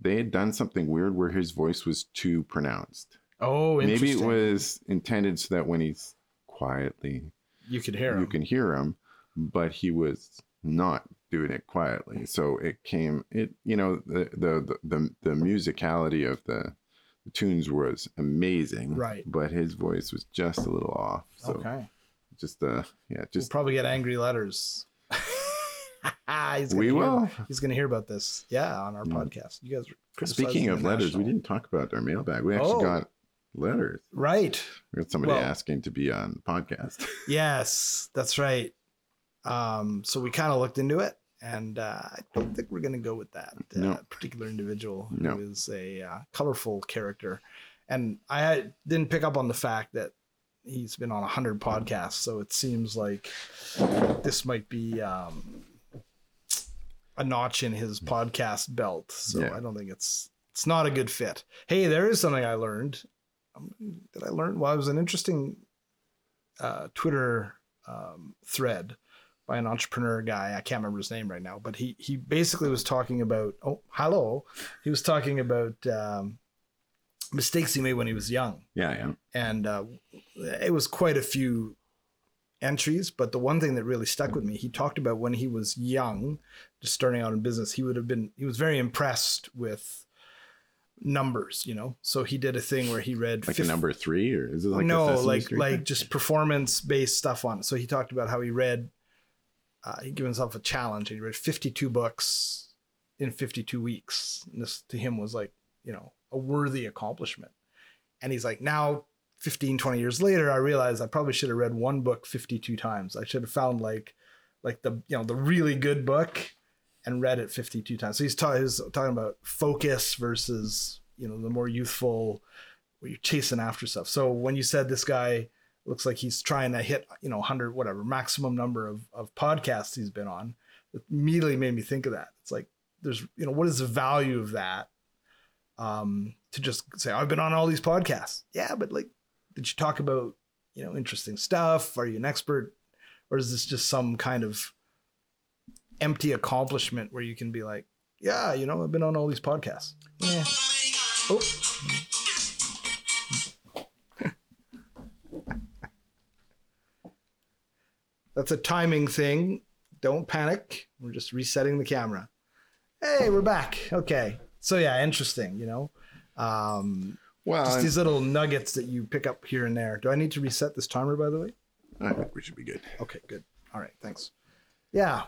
Speaker 2: they had done something weird where his voice was too pronounced.
Speaker 1: Oh,
Speaker 2: Maybe it
Speaker 1: interesting.
Speaker 2: was intended so that when he's quietly
Speaker 1: you could hear him.
Speaker 2: you can hear him, but he was not doing it quietly. So it came, it you know the the the the, the musicality of the, the tunes was amazing,
Speaker 1: Right.
Speaker 2: But his voice was just a little off. So
Speaker 1: okay.
Speaker 2: just uh yeah,
Speaker 1: We'll
Speaker 2: just
Speaker 1: probably get angry letters. He's gonna
Speaker 2: we
Speaker 1: hear-
Speaker 2: will.
Speaker 1: He's going to hear about this. Yeah, on our
Speaker 2: Yeah.
Speaker 1: podcast. You guys. are criticizing
Speaker 2: Speaking
Speaker 1: the
Speaker 2: of letters, we
Speaker 1: National.
Speaker 2: didn't talk about our mailbag. We actually
Speaker 1: Oh.
Speaker 2: got letters.
Speaker 1: Right.
Speaker 2: We got somebody
Speaker 1: Well-
Speaker 2: asking to be on the podcast.
Speaker 1: Yes, that's right. Um, so we kind of looked into it, and uh, I don't think we're going to go with that uh,
Speaker 2: No.
Speaker 1: particular individual who is
Speaker 2: No.
Speaker 1: a uh, colorful character. And I had- didn't pick up on the fact that he's been on 100 podcasts, so it seems like this might be um, a notch in his podcast belt. So
Speaker 2: Yeah.
Speaker 1: I don't think it's it's not a good fit. Hey, there is something I learned. Um, Did I learn? Well, it was an interesting uh, Twitter um, thread by an entrepreneur guy. I can't remember his name right now, but he he basically was talking about oh hello, he was talking about um, mistakes he made when he was young,
Speaker 2: yeah, yeah.
Speaker 1: and uh, it was quite a few entries. But the one thing that really stuck with me, he talked about when he was young, just starting out in business, he would have been he was very impressed with numbers, you know. So he did a thing where he read
Speaker 2: Like
Speaker 1: 50
Speaker 2: a number three, or is it like a
Speaker 1: no,
Speaker 2: Sesame
Speaker 1: like
Speaker 2: Street
Speaker 1: like
Speaker 2: thing?
Speaker 1: just performance based stuff on it. So he talked about how he read, uh, he gave himself a challenge and he read 52 books in 52 weeks. And this to him was like, you know, a worthy accomplishment. And he's like, now 15, 20 years later, I realized I probably should have read one book 52 times. I should have found like, like the, you know, the really good book and read it 52 times. So he's, ta- he's talking about focus versus, you know, the more youthful where you're chasing after stuff. So when you said this guy looks like he's trying to hit, you know, 100, whatever, maximum number of, of podcasts he's been on, it immediately made me think of that. It's like, there's, you know, what is the value of that? Um, to just say, I've been on all these podcasts. Yeah, but like, did you talk about, you know, interesting stuff? Are you an expert? Or is this just some kind of empty accomplishment where you can be like, yeah, you know, I've been on all these podcasts. Yeah. Oh. That's a timing thing. Don't panic. We're just resetting the camera. Hey, we're back. Okay. So yeah, interesting, you know. Um
Speaker 2: well,
Speaker 1: just
Speaker 2: and-
Speaker 1: these little nuggets that you pick up here and there. Do I need to reset this timer by the way?
Speaker 2: I think we should be good.
Speaker 1: Okay, good. All right, thanks. Yeah.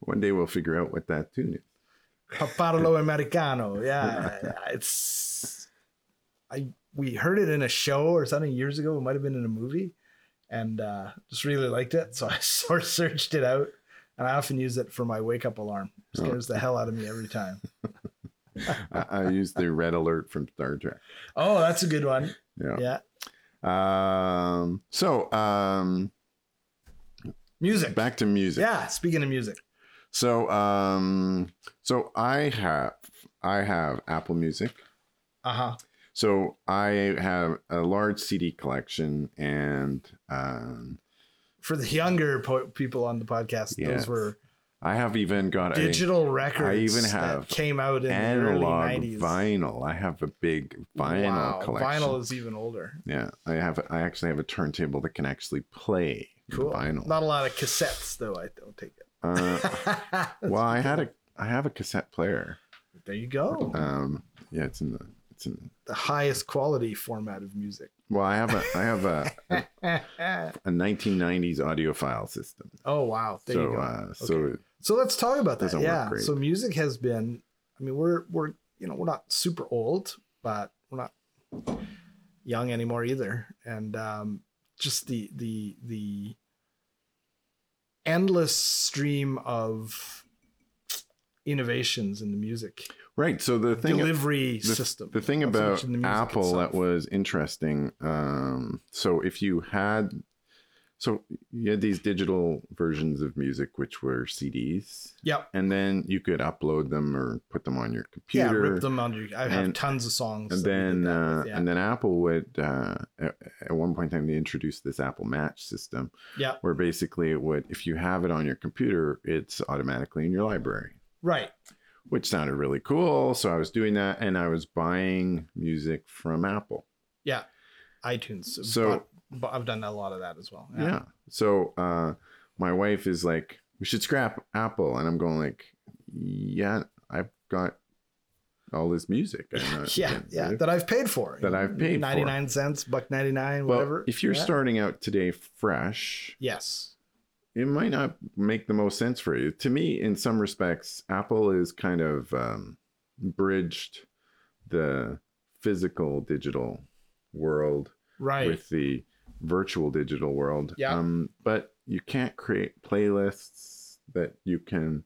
Speaker 2: One day we'll figure out what that tune is.
Speaker 1: Paparlo Americano. Yeah, it's I we heard it in a show or something years ago. It might have been in a movie, and uh, just really liked it. So I sort of searched it out, and I often use it for my wake up alarm.
Speaker 2: Oh.
Speaker 1: It scares the hell out of me every time.
Speaker 2: I, I used the red alert from Star Trek.
Speaker 1: Oh, that's a good one.
Speaker 2: Yeah.
Speaker 1: Yeah,
Speaker 2: Um, so um,
Speaker 1: music.
Speaker 2: back to music.
Speaker 1: Yeah, speaking of music,
Speaker 2: So um, so I have I have Apple Music.
Speaker 1: uh huh.
Speaker 2: So I have a large CD collection, and um,
Speaker 1: For the younger po- people on the podcast,
Speaker 2: Yes.
Speaker 1: those were
Speaker 2: I have even got
Speaker 1: digital records.
Speaker 2: even
Speaker 1: that
Speaker 2: have
Speaker 1: came out in
Speaker 2: a
Speaker 1: the early
Speaker 2: analog
Speaker 1: nineties.
Speaker 2: vinyl. I have a big vinyl
Speaker 1: Wow,
Speaker 2: collection.
Speaker 1: Vinyl is even older.
Speaker 2: Yeah, I have. I actually have a turntable that can actually play
Speaker 1: Cool.
Speaker 2: vinyl.
Speaker 1: Not a lot of cassettes, though. I don't take
Speaker 2: Uh,
Speaker 1: it.
Speaker 2: well, I had a I have a cassette player.
Speaker 1: there you go.
Speaker 2: Um, yeah, it's in the it's in.
Speaker 1: The highest quality format of music.
Speaker 2: Well, I have a I have a a,
Speaker 1: oh
Speaker 2: a 1990s audiophile system.
Speaker 1: wow! There
Speaker 2: so
Speaker 1: you go.
Speaker 2: uh, so
Speaker 1: So let's talk about that.
Speaker 2: Doesn't work
Speaker 1: Yeah.
Speaker 2: great.
Speaker 1: So music has been. I mean, we're we're you know we're not super old, but we're not young anymore either. And um, just the the the endless stream of innovations in the music
Speaker 2: Right. So the thing
Speaker 1: delivery
Speaker 2: the,
Speaker 1: system.
Speaker 2: the thing
Speaker 1: not so
Speaker 2: about
Speaker 1: much in the music
Speaker 2: Apple
Speaker 1: itself.
Speaker 2: that was interesting. Um, so if you had, so you had these digital versions of music, which were CDs,
Speaker 1: yep.
Speaker 2: and then you could upload them or put them on your
Speaker 1: Yeah,
Speaker 2: computer.
Speaker 1: rip them under. I have
Speaker 2: and-
Speaker 1: tons of songs.
Speaker 2: and
Speaker 1: that we did
Speaker 2: then
Speaker 1: that
Speaker 2: uh,
Speaker 1: with, yeah.
Speaker 2: and then Apple would uh, at, at one point in time they introduced this Apple Match system
Speaker 1: yeah,
Speaker 2: where basically it would if you have it on your computer it's automatically in your library
Speaker 1: right.
Speaker 2: which sounded really cool so I was doing that and I was buying music from Apple
Speaker 1: Yeah, iTunes.
Speaker 2: So-
Speaker 1: but, but I've done a lot of that as well.
Speaker 2: yeah, so uh, my wife is like we should scrap Apple and I'm going like yeah I've got all this music I'm not-
Speaker 1: yeah, yeah, that I've paid for.
Speaker 2: That I've paid for.
Speaker 1: ninety nine cents, buck ninety nine,
Speaker 2: Well,
Speaker 1: whatever.
Speaker 2: if you're
Speaker 1: Yeah.
Speaker 2: starting out today fresh,
Speaker 1: yes,
Speaker 2: it might not make the most sense for you. To me, in some respects, Apple is kind of um, bridged the physical digital world
Speaker 1: right,
Speaker 2: with the virtual digital world.
Speaker 1: Yeah.
Speaker 2: Um, but you can't create playlists that you can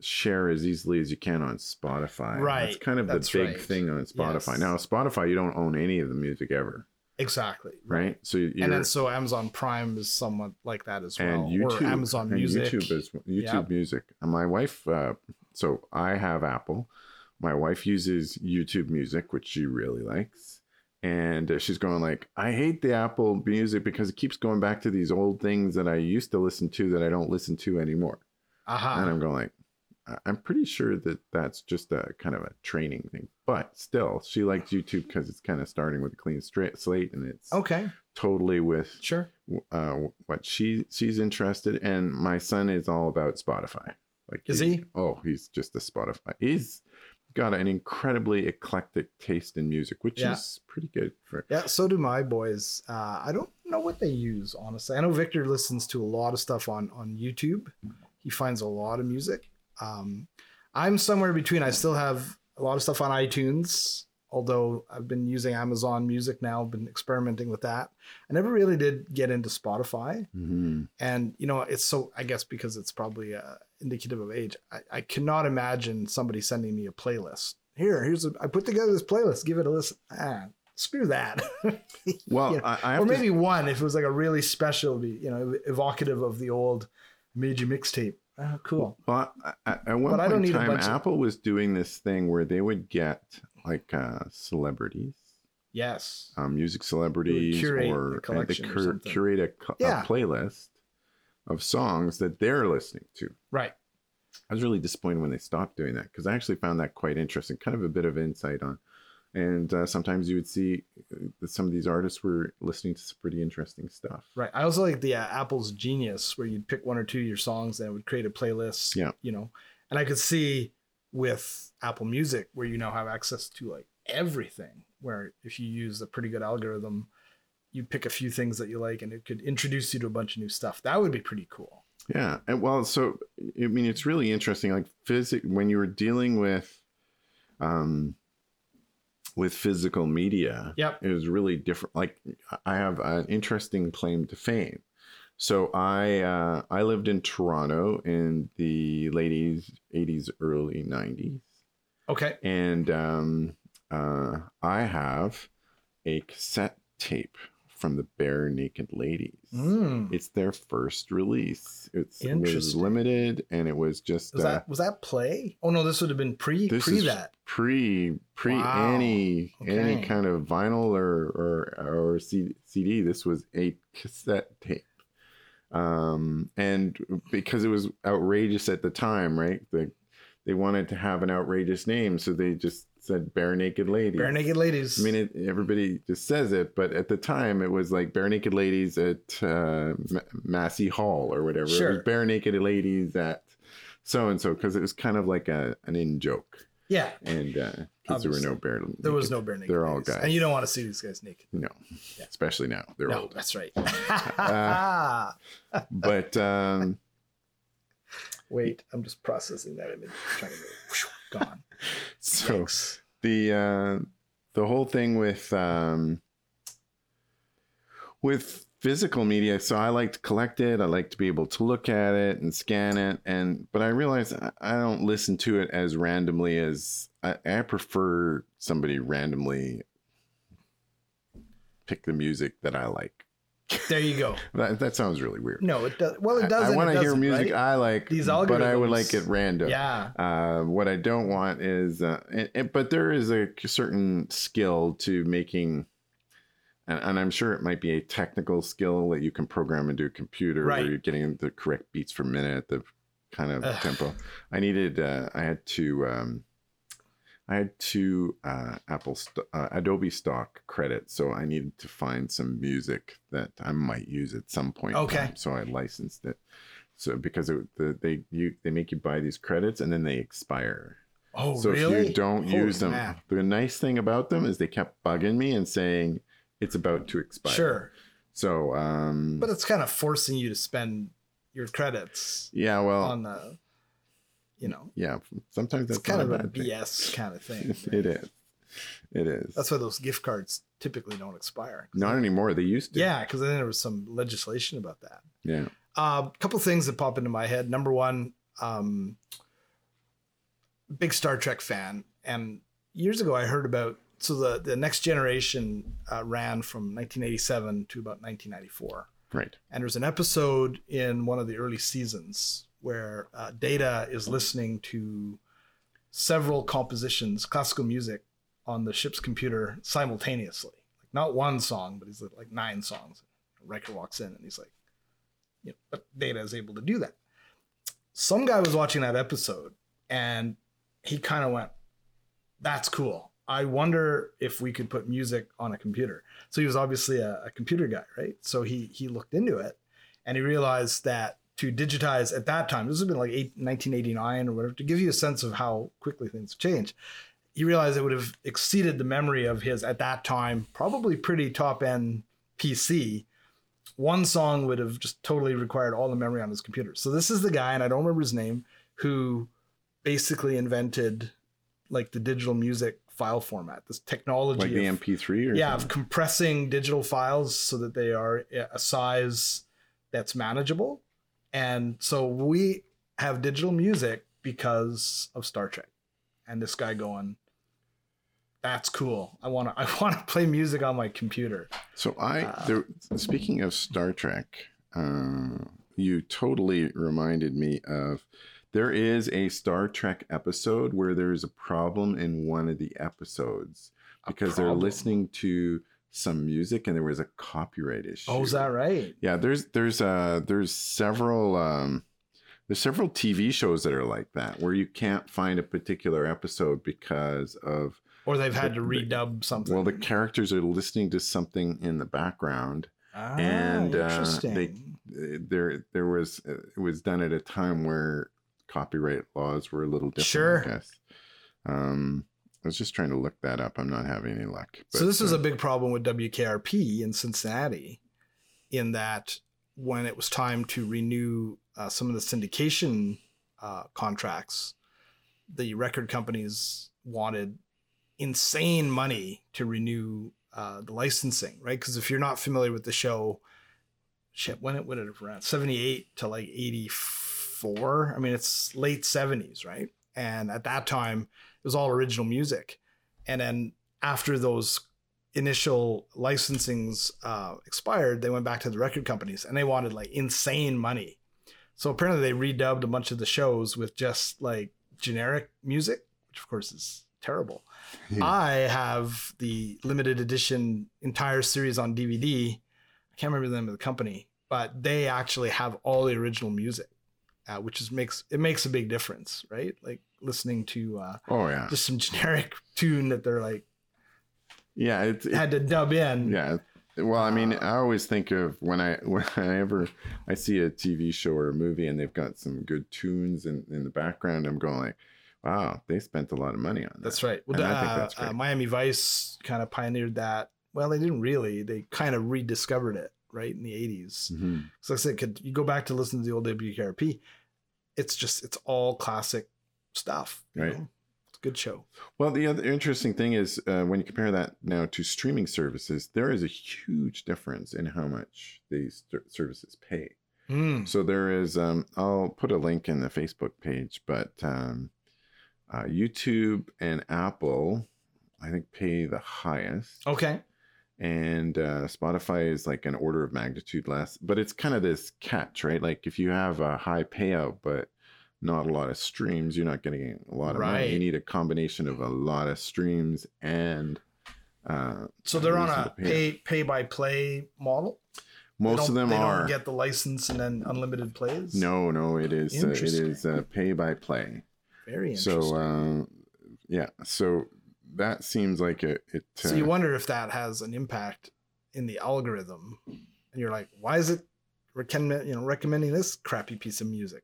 Speaker 2: share as easily as you can on Spotify. That's
Speaker 1: Right.
Speaker 2: kind of
Speaker 1: That's
Speaker 2: the big
Speaker 1: right.
Speaker 2: thing on Spotify.
Speaker 1: Yes.
Speaker 2: Now, Spotify, you don't own any of the music ever,
Speaker 1: exactly,
Speaker 2: right? So you're,
Speaker 1: And then so Amazon Prime is somewhat like that as well,
Speaker 2: and YouTube
Speaker 1: or Amazon
Speaker 2: and
Speaker 1: Music.
Speaker 2: YouTube is YouTube
Speaker 1: Yep.
Speaker 2: Music. And my wife, uh, so I have Apple. My wife uses YouTube Music, which she really likes, and uh, she's going like, "I hate the Apple Music because it keeps going back to these old things that I used to listen to that I don't listen to anymore." And
Speaker 1: Aha,
Speaker 2: I'm going like, "I- "I'm pretty sure that that's just a kind of a training thing." But still, she likes YouTube because it's kind of starting with a clean stra- slate, and it's
Speaker 1: okay,
Speaker 2: totally with
Speaker 1: sure,
Speaker 2: uh, what she she's interested and my son is all about spotify like
Speaker 1: Is
Speaker 2: he's-
Speaker 1: he?
Speaker 2: oh he's just a spotify he's got an incredibly eclectic taste in music which
Speaker 1: Yeah.
Speaker 2: is pretty good for
Speaker 1: yeah. So do my boys. Uh, I don't know what they use honestly. I know Victor listens to a lot of stuff on on YouTube. He finds a lot of music. Um, I'm somewhere between. I still have a lot of stuff on iTunes, although I've been using Amazon Music now. Been experimenting with that. I never really did get into Spotify.
Speaker 2: Mhm.
Speaker 1: and you know it's so i guess because it's probably uh, indicative of age I, I cannot imagine somebody sending me a playlist here here's a, i put together this playlist give it a listen ah, screw that
Speaker 2: well
Speaker 1: Yeah.
Speaker 2: I, I have
Speaker 1: or
Speaker 2: to-
Speaker 1: maybe one if it was like a really special be you know evocative of the old major mixtape Ah, cool
Speaker 2: Well, I- I- at one
Speaker 1: But I
Speaker 2: point
Speaker 1: don't
Speaker 2: in
Speaker 1: need a
Speaker 2: time,
Speaker 1: bunch of-
Speaker 2: Apple was doing this thing where they would get like uh, celebrities,
Speaker 1: yes
Speaker 2: um, music celebrities,
Speaker 1: curate the
Speaker 2: or and they
Speaker 1: collection or
Speaker 2: cur-
Speaker 1: something.
Speaker 2: curate a, co- a
Speaker 1: Yeah.
Speaker 2: playlist of songs that they're listening to.
Speaker 1: right
Speaker 2: I was really disappointed when they stopped doing that because I actually found that quite interesting, kind of a bit of insight on. And uh, sometimes you would see uh, that some of these artists were listening to some pretty interesting stuff.
Speaker 1: right i also like the uh, apple's genius where you'd pick one or two of your songs and it would create a playlist
Speaker 2: Yeah.
Speaker 1: you know and i could see with apple music where you now have access to like everything where if you use a pretty good algorithm you pick a few things that you like and it could introduce you to a bunch of new stuff that would be pretty cool
Speaker 2: Yeah, and well, so I mean, it's really interesting. Like physic, when you were dealing with, um, with physical media,
Speaker 1: Yep.
Speaker 2: it was really different. Like I have an interesting claim to fame. So I uh, I lived in Toronto in the late '80s, early '90s,
Speaker 1: okay
Speaker 2: and um, uh, I have a cassette tape from the Bare Naked Ladies.
Speaker 1: Mm.
Speaker 2: It's their first release. It's, it was
Speaker 1: Interesting.
Speaker 2: limited, and it was just
Speaker 1: was
Speaker 2: uh,
Speaker 1: that was that play oh no this would have been pre
Speaker 2: This
Speaker 1: pre
Speaker 2: is-
Speaker 1: that
Speaker 2: pre pre
Speaker 1: Wow.
Speaker 2: any any
Speaker 1: Okay.
Speaker 2: kind of vinyl or or or C- CD. This was a cassette tape, um, and because it was outrageous at the time, right? Like they wanted to have an outrageous name, so they just said "Bare Naked Ladies."
Speaker 1: bare naked ladies
Speaker 2: I mean, it, everybody just says it, but at the time it was like bare naked ladies at uh, Ma- Massey Hall or whatever. It
Speaker 1: Sure.
Speaker 2: was bare naked ladies at so and so because it was kind of like a an in joke,
Speaker 1: yeah
Speaker 2: and because there were no
Speaker 1: Obviously.
Speaker 2: bare.
Speaker 1: there was no
Speaker 2: naked-
Speaker 1: bare naked
Speaker 2: They're all
Speaker 1: ladies.
Speaker 2: guys.
Speaker 1: and you don't want to see these guys naked
Speaker 2: no,
Speaker 1: Yeah.
Speaker 2: especially now they're
Speaker 1: no
Speaker 2: old.
Speaker 1: that's right
Speaker 2: Uh, But um,
Speaker 1: Wait, I'm just processing that image. Trying to whoosh, gone.
Speaker 2: so
Speaker 1: Yikes.
Speaker 2: the uh, the whole thing with um, with physical media so i like to collect it i like to be able to look at it and scan it and but i realize i, I don't listen to it as randomly as I, I prefer somebody randomly pick the music that i like
Speaker 1: There you go.
Speaker 2: that, that sounds really weird
Speaker 1: No, it does. Well,
Speaker 2: I-
Speaker 1: it doesn't.
Speaker 2: i,
Speaker 1: it
Speaker 2: want to hear
Speaker 1: doesn't,
Speaker 2: music
Speaker 1: right?
Speaker 2: i like
Speaker 1: These
Speaker 2: but i
Speaker 1: algorithms-
Speaker 2: would like it random
Speaker 1: yeah.
Speaker 2: uh, what I don't want is, uh, and, and- but there is a certain skill to making, and, and I'm sure it might be a technical skill that you can program into a computer
Speaker 1: Right.
Speaker 2: where you're getting the correct beats per minute, the kind of
Speaker 1: Ugh.
Speaker 2: tempo. I needed, uh, I had to, um, I had two uh, Apple st- uh, Adobe Stock credits, so I needed to find some music that I might use at some point. in
Speaker 1: Okay.
Speaker 2: time, so I licensed it. So because it, the, they you they make you buy these credits and then they expire.
Speaker 1: Oh,
Speaker 2: so
Speaker 1: really?
Speaker 2: if you don't
Speaker 1: Holy
Speaker 2: use them,
Speaker 1: crap.
Speaker 2: the nice thing about them is they kept bugging me and saying it's about to expire.
Speaker 1: sure.
Speaker 2: So um,
Speaker 1: But it's kind of forcing you to spend your credits
Speaker 2: yeah, well,
Speaker 1: on the, you know,
Speaker 2: yeah. Sometimes
Speaker 1: it's
Speaker 2: Oh. that's
Speaker 1: kind of
Speaker 2: not
Speaker 1: a
Speaker 2: bad thing.
Speaker 1: BS kind of thing.
Speaker 2: it is. It is.
Speaker 1: That's why those gift cards typically don't expire.
Speaker 2: not anymore. They used to.
Speaker 1: Yeah, because then there was some legislation about that.
Speaker 2: Yeah.
Speaker 1: A couple things that pop into my head. Number one, um, big Star Trek fan, and years ago I heard about so the the next generation uh, ran from 1987 to about 1994,
Speaker 2: Right.
Speaker 1: and there's an episode in one of the early seasons where uh, Data is listening to several compositions, classical music, on the ship's computer simultaneously. Like not one song, but he's like nine songs. Riker walks in and he's like, you know, but Data is able to do that. Some guy was watching that episode and he kind of went, that's cool. I wonder if we could put music on a computer. So he was obviously a, a computer guy, right? So he he looked into it and he realized that to digitize at that time, this would have been like eight, 1989 or whatever, to give you a sense of how quickly things change. He realized it would have exceeded the memory of his at that time, probably pretty top end PC. One song would have just totally required all the memory on his computer. So this is the guy, and I don't remember his name, who basically invented like the digital music file format, this technology
Speaker 2: Like the
Speaker 1: of-
Speaker 2: MP3 or
Speaker 1: yeah of
Speaker 2: something.
Speaker 1: compressing digital files so that they are a size that's manageable and so we have digital music because of star trek and this guy going that's cool i want to i want to play music on my computer
Speaker 2: So I,
Speaker 1: Uh,
Speaker 2: there, speaking of Star Trek, uh, you totally reminded me of. There is a Star Trek episode where there is a problem in one of the episodes
Speaker 1: A
Speaker 2: because they're
Speaker 1: problem.
Speaker 2: listening to some music and there was a copyright issue.
Speaker 1: oh is that right
Speaker 2: Yeah, there's there's uh there's several um there's several TV shows that are like that where you can't find a particular episode because of
Speaker 1: or they've had
Speaker 2: The-
Speaker 1: to
Speaker 2: the-
Speaker 1: redub something
Speaker 2: well the characters are listening to something in the background
Speaker 1: ah,
Speaker 2: and, uh, they-
Speaker 1: interesting
Speaker 2: there there was eh, it was done at a time where copyright laws were a little different.
Speaker 1: Sure.
Speaker 2: I guess. Um, I was just trying to look that up. I'm not having any luck.
Speaker 1: so this was
Speaker 2: uh,
Speaker 1: a big problem with WKRP in Cincinnati, in that when it was time to renew uh, some of the syndication uh, contracts, the record companies wanted insane money to renew uh, the licensing, right? Because if you're not familiar with the show, shit, when it when it ran, seventy eight to like eighty four. I mean, it's late seventies, right? And at that time, it was all original music, and then after those initial licensings uh, expired, they went back to the record companies and they wanted like insane money. So apparently they redubbed a bunch of the shows with just like generic music, which of course is terrible.
Speaker 2: Yeah.
Speaker 1: I have the limited edition entire series on DVD. I can't remember the name of the company, but they actually have all the original music, uh, which is makes it makes a big difference, right? Like listening to uh,
Speaker 2: Oh yeah,
Speaker 1: just some generic tune that they're like
Speaker 2: yeah. It's it,
Speaker 1: had to dub in.
Speaker 2: yeah. Well, I mean,
Speaker 1: Uh,
Speaker 2: I always think of when I when I ever I see a TV show or a movie and they've got some good tunes in, in the background. I'm going like, wow, they spent a lot of money on that.
Speaker 1: That's right. Well,
Speaker 2: And I
Speaker 1: uh,
Speaker 2: think that's
Speaker 1: uh,
Speaker 2: great.
Speaker 1: Miami Vice kind of pioneered that. Well, they didn't really. They kind of rediscovered it right in the 80s.
Speaker 2: Mhm.
Speaker 1: So like I said, could you go back to listen to the old WKRP? It's just it's all classic stuff. you
Speaker 2: Right.
Speaker 1: know? It's Good show.
Speaker 2: Well, the other interesting thing is uh, when you compare that now to streaming services, there is a huge difference in how much these ser- services pay.
Speaker 1: Mm.
Speaker 2: So there is, um, I'll put a link in the Facebook page, but um, uh, YouTube and Apple, I think, pay the highest.
Speaker 1: Okay.
Speaker 2: And uh, Spotify is like an order of magnitude less, but it's kind of this catch, right? Like if you have a high payout, but not a lot of streams, you're not getting a lot of money. You
Speaker 1: Right.
Speaker 2: need a combination of a lot of streams and uh,
Speaker 1: So they're on a
Speaker 2: Reasonable pay.
Speaker 1: pay pay by play model. They
Speaker 2: most of
Speaker 1: don't-
Speaker 2: them
Speaker 1: they
Speaker 2: are.
Speaker 1: don't get the license and then unlimited plays.
Speaker 2: no, no, it is uh, it
Speaker 1: Interesting.
Speaker 2: is uh, pay by play.
Speaker 1: Very
Speaker 2: so
Speaker 1: interesting. So,
Speaker 2: uh, yeah so that seems like it, it uh,
Speaker 1: you wonder if that has an impact in the algorithm, and you're like, why is it recommend you know recommending this crappy piece of music?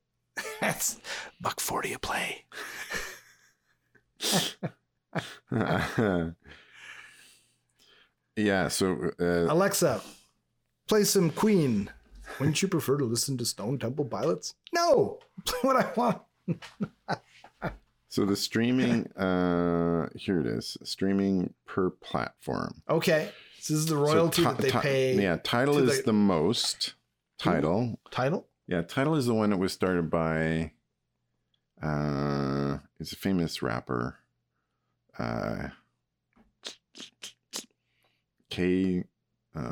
Speaker 1: That's buck forty a play.
Speaker 2: yeah so uh,
Speaker 1: Alexa, play some Queen. Wouldn't you prefer to listen to Stone Temple Pilots? No, play what I want.
Speaker 2: so the streaming uh here it is streaming per platform
Speaker 1: Okay, this is the
Speaker 2: So
Speaker 1: royalty
Speaker 2: Ti-
Speaker 1: that they
Speaker 2: Ti-
Speaker 1: pay.
Speaker 2: yeah title
Speaker 1: to
Speaker 2: is
Speaker 1: the-
Speaker 2: the most title
Speaker 1: Title.
Speaker 2: yeah title is the one that was started by uh it's a famous rapper uh k uh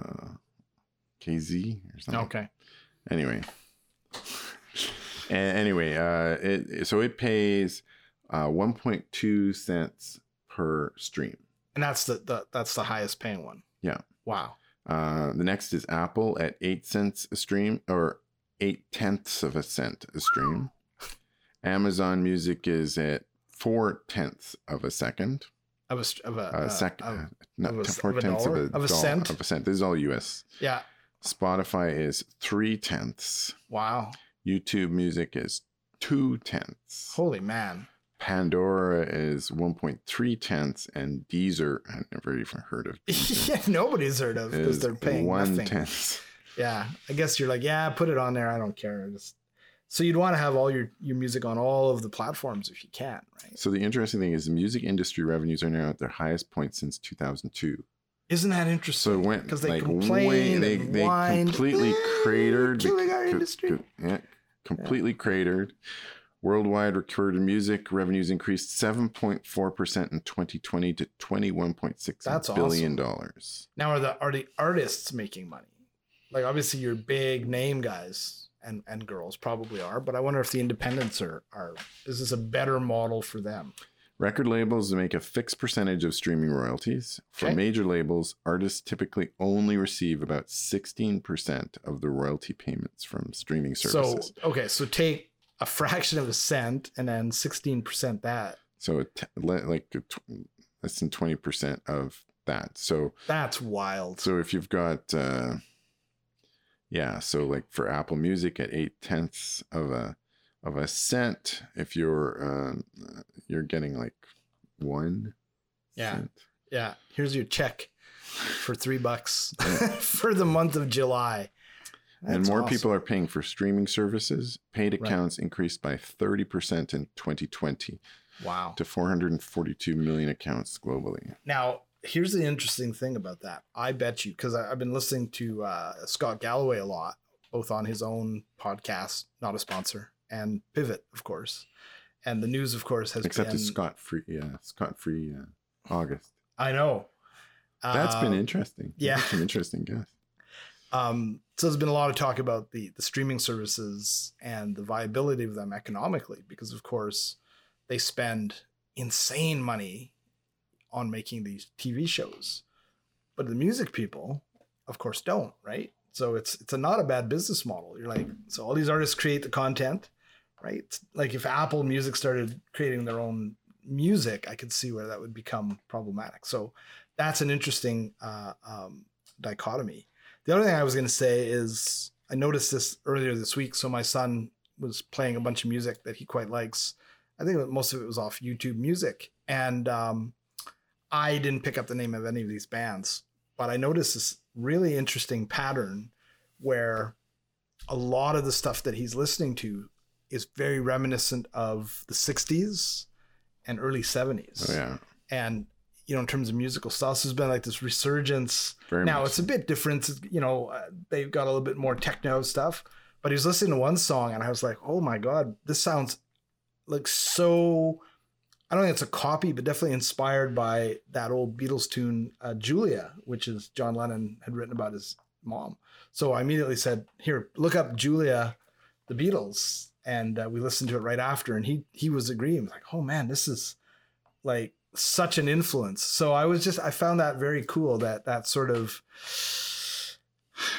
Speaker 2: kz or something anyway A- anyway uh it so it pays uh 1.2 cents per stream
Speaker 1: and that's the, the that's the highest paying one.
Speaker 2: Yeah.
Speaker 1: Wow.
Speaker 2: uh the next is apple at eight cents a stream or eight tenths of a cent a stream amazon music is at four tenths of a second
Speaker 1: Of a st- of a,
Speaker 2: a
Speaker 1: uh,
Speaker 2: sec
Speaker 1: of-
Speaker 2: not
Speaker 1: of a-
Speaker 2: four
Speaker 1: of a
Speaker 2: tenths
Speaker 1: dollar?
Speaker 2: of a,
Speaker 1: Of a cent?
Speaker 2: of a cent this is all us
Speaker 1: yeah.
Speaker 2: spotify is three tenths
Speaker 1: Wow.
Speaker 2: youtube music is two tenths
Speaker 1: Holy man.
Speaker 2: Pandora is 1.3 tenths, and Deezer, I never even heard of,
Speaker 1: yeah, nobody's heard of because
Speaker 2: is
Speaker 1: they're paying
Speaker 2: one
Speaker 1: nothing.
Speaker 2: tenth.
Speaker 1: Yeah. I guess you're like, yeah, put it on there. I don't care. Just so you'd want to have all your your music on all of the platforms if you can, right?
Speaker 2: So the interesting thing is, the music industry revenues are now at their highest point since 2002.
Speaker 1: Isn't that interesting?
Speaker 2: So it went
Speaker 1: 'Cause they
Speaker 2: like
Speaker 1: complain
Speaker 2: way,
Speaker 1: and
Speaker 2: they, they
Speaker 1: whine.
Speaker 2: completely
Speaker 1: "Ah,
Speaker 2: cratered the-
Speaker 1: killing our
Speaker 2: co-
Speaker 1: industry."
Speaker 2: co- yeah, completely cratered. Worldwide recorded music revenues increased 7.4% in 2020 to 21.6
Speaker 1: That's
Speaker 2: billion
Speaker 1: awesome.
Speaker 2: dollars.
Speaker 1: Now are the are the artists making money? Like obviously your big name guys and and girls probably are, but I wonder if the independents are are is this a better model for them?
Speaker 2: Record labels make a fixed percentage of streaming royalties. For
Speaker 1: Okay.
Speaker 2: major labels, artists typically only receive about 16% of the royalty payments from streaming services.
Speaker 1: So okay, so take a fraction of a cent and then sixteen percent that.
Speaker 2: So, it t- le- like a tw- less than 20% of that. So,
Speaker 1: That's wild.
Speaker 2: so if you've got, uh, yeah, so like for Apple Music at eight tenths of a of a cent, if you're um, you're getting like one
Speaker 1: Yeah.
Speaker 2: cent.
Speaker 1: yeah, here's your check for three bucks for the month of July.
Speaker 2: and
Speaker 1: That's
Speaker 2: more
Speaker 1: awesome.
Speaker 2: people are paying for streaming services. Paid
Speaker 1: Right.
Speaker 2: accounts increased by 30% in 2020
Speaker 1: Wow.
Speaker 2: to 442 million accounts globally.
Speaker 1: Now, here's the interesting thing about that. I bet you, because I've been listening to uh, Scott Galloway a lot, both on his own podcast, not a sponsor, and Pivot, of course. And the news, of course, has
Speaker 2: Except
Speaker 1: been.
Speaker 2: it's Scott Free, yeah, Scott Free uh, August.
Speaker 1: I know.
Speaker 2: That's been
Speaker 1: Um,
Speaker 2: interesting.
Speaker 1: yeah.
Speaker 2: That's an interesting guess.
Speaker 1: Um, so there's been a lot of talk about the the streaming services and the viability of them economically, because of course they spend insane money on making these TV shows, but the music people, of course, don't right. So it's it's a not a bad business model. You're like so all these artists create the content, right? Like if Apple Music started creating their own music, I could see where that would become problematic. So that's an interesting uh, um, dichotomy. The other thing I was going to say is I noticed this earlier this week. So my son was playing a bunch of music that he quite likes. I think that most of it was off YouTube Music, and um, I didn't pick up the name of any of these bands, but I noticed this really interesting pattern where a lot of the stuff that he's listening to is very reminiscent of the '60s and early 70s.
Speaker 2: Oh, yeah.
Speaker 1: And, you know, in terms of musical styles, there's been like this resurgence.
Speaker 2: Very
Speaker 1: now
Speaker 2: much.
Speaker 1: it's a bit different. You know, uh, they've got a little bit more techno stuff, but he was listening to one song and I was like, oh my God, this sounds like so. I don't think it's a copy, but definitely inspired by that old Beatles tune, uh, Julia, which is John Lennon had written about his mom. So I immediately said, here, look up Julia, the Beatles. And uh, we listened to it right after. And he, he was agreeing like, oh man, this is like such an influence. So I was just, I found that very cool that that sort of,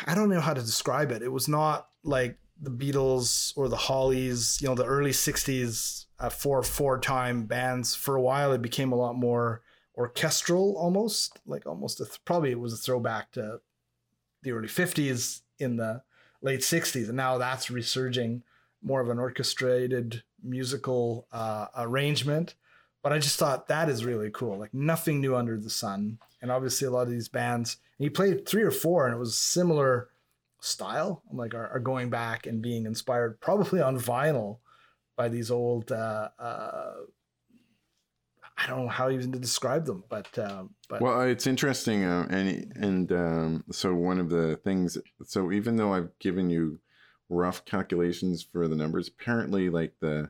Speaker 1: I don't know how to describe it. It was not like the Beatles or the Hollies, you know, the early 60s, uh, four, four time bands. For a while, it became a lot more orchestral almost, like almost a th- probably it was a throwback to the early 50s in the late 60s. And now that's resurging more of an orchestrated musical uh, arrangement. But I just thought that is really cool. Like nothing new under the sun. And obviously, a lot of these bands, and he played three or four, and it was similar style. I'm like, are, are going back and being inspired probably on vinyl by these old, uh, uh, I don't know how even to describe them, but, uh, but
Speaker 2: Well, it's interesting, um, and and um, so one of the things. So even though I've given you rough calculations for the numbers, apparently, like the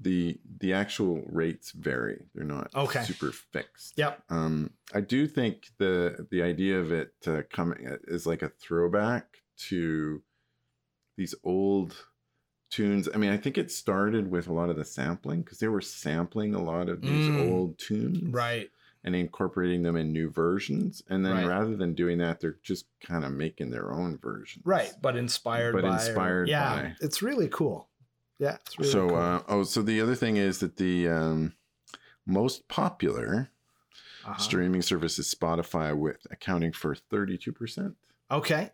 Speaker 2: the the actual rates vary. They're not
Speaker 1: Okay.
Speaker 2: super fixed.
Speaker 1: yep.
Speaker 2: Um, I do think the the idea of it uh, coming is like a throwback to these old tunes. I mean, I think it started with a lot of the sampling because they were sampling a lot of these
Speaker 1: Mm.
Speaker 2: old tunes
Speaker 1: Right.
Speaker 2: and incorporating them in new versions. And then
Speaker 1: Right.
Speaker 2: rather than doing that, they're just kind of making their own versions.
Speaker 1: Right. But inspired
Speaker 2: But
Speaker 1: by, or-
Speaker 2: inspired
Speaker 1: yeah,
Speaker 2: by.
Speaker 1: it's really cool. Yeah. It's really
Speaker 2: so,
Speaker 1: cool.
Speaker 2: uh, oh, so the other thing is that the um, most popular
Speaker 1: Uh-huh.
Speaker 2: streaming service is Spotify, with accounting for thirty-two percent.
Speaker 1: Okay.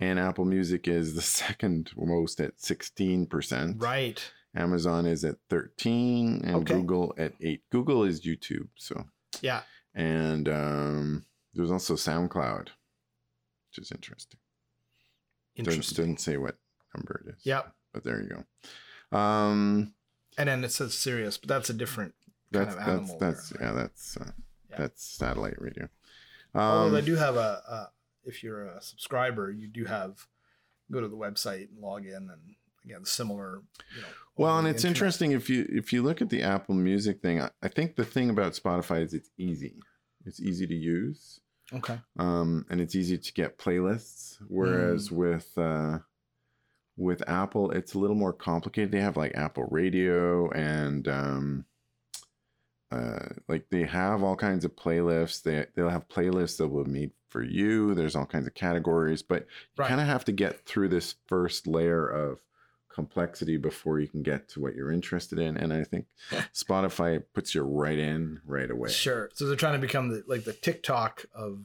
Speaker 2: and Apple Music is the second most at 16%.
Speaker 1: Right.
Speaker 2: Amazon is at 13 and
Speaker 1: Okay.
Speaker 2: Google at 8. Google is YouTube, so.
Speaker 1: Yeah.
Speaker 2: And um there's also SoundCloud, which is interesting. Doesn't-
Speaker 1: Interesting.
Speaker 2: Doesn't say what number it is.
Speaker 1: Yep.
Speaker 2: But there you go. Um
Speaker 1: And then it says serious, but that's a different. Kind
Speaker 2: that's
Speaker 1: of
Speaker 2: that's
Speaker 1: animal
Speaker 2: that's
Speaker 1: there,
Speaker 2: yeah, that's uh,
Speaker 1: Yeah.
Speaker 2: that's satellite radio.
Speaker 1: Although they
Speaker 2: Um
Speaker 1: do have a, a, if you're a subscriber, you do have go to the website and log in, and again, similar. You know,
Speaker 2: well,
Speaker 1: over
Speaker 2: and
Speaker 1: the
Speaker 2: it's
Speaker 1: internet.
Speaker 2: interesting if you if you look at the Apple Music thing, I, I think the thing about Spotify is it's easy. It's easy to use.
Speaker 1: Okay.
Speaker 2: um, and it's easy to get playlists. Whereas with uh, with Apple, it's a little more complicated. They have like Apple Radio and um, uh, like they have all kinds of playlists. They they'll have playlists that will meet for you. There's all kinds of categories, but you
Speaker 1: Right.
Speaker 2: kind of have to get through this first layer of complexity before you can get to what you're interested in. And I think Spotify puts you right in right away.
Speaker 1: Sure. So they're trying to become the like the TikTok of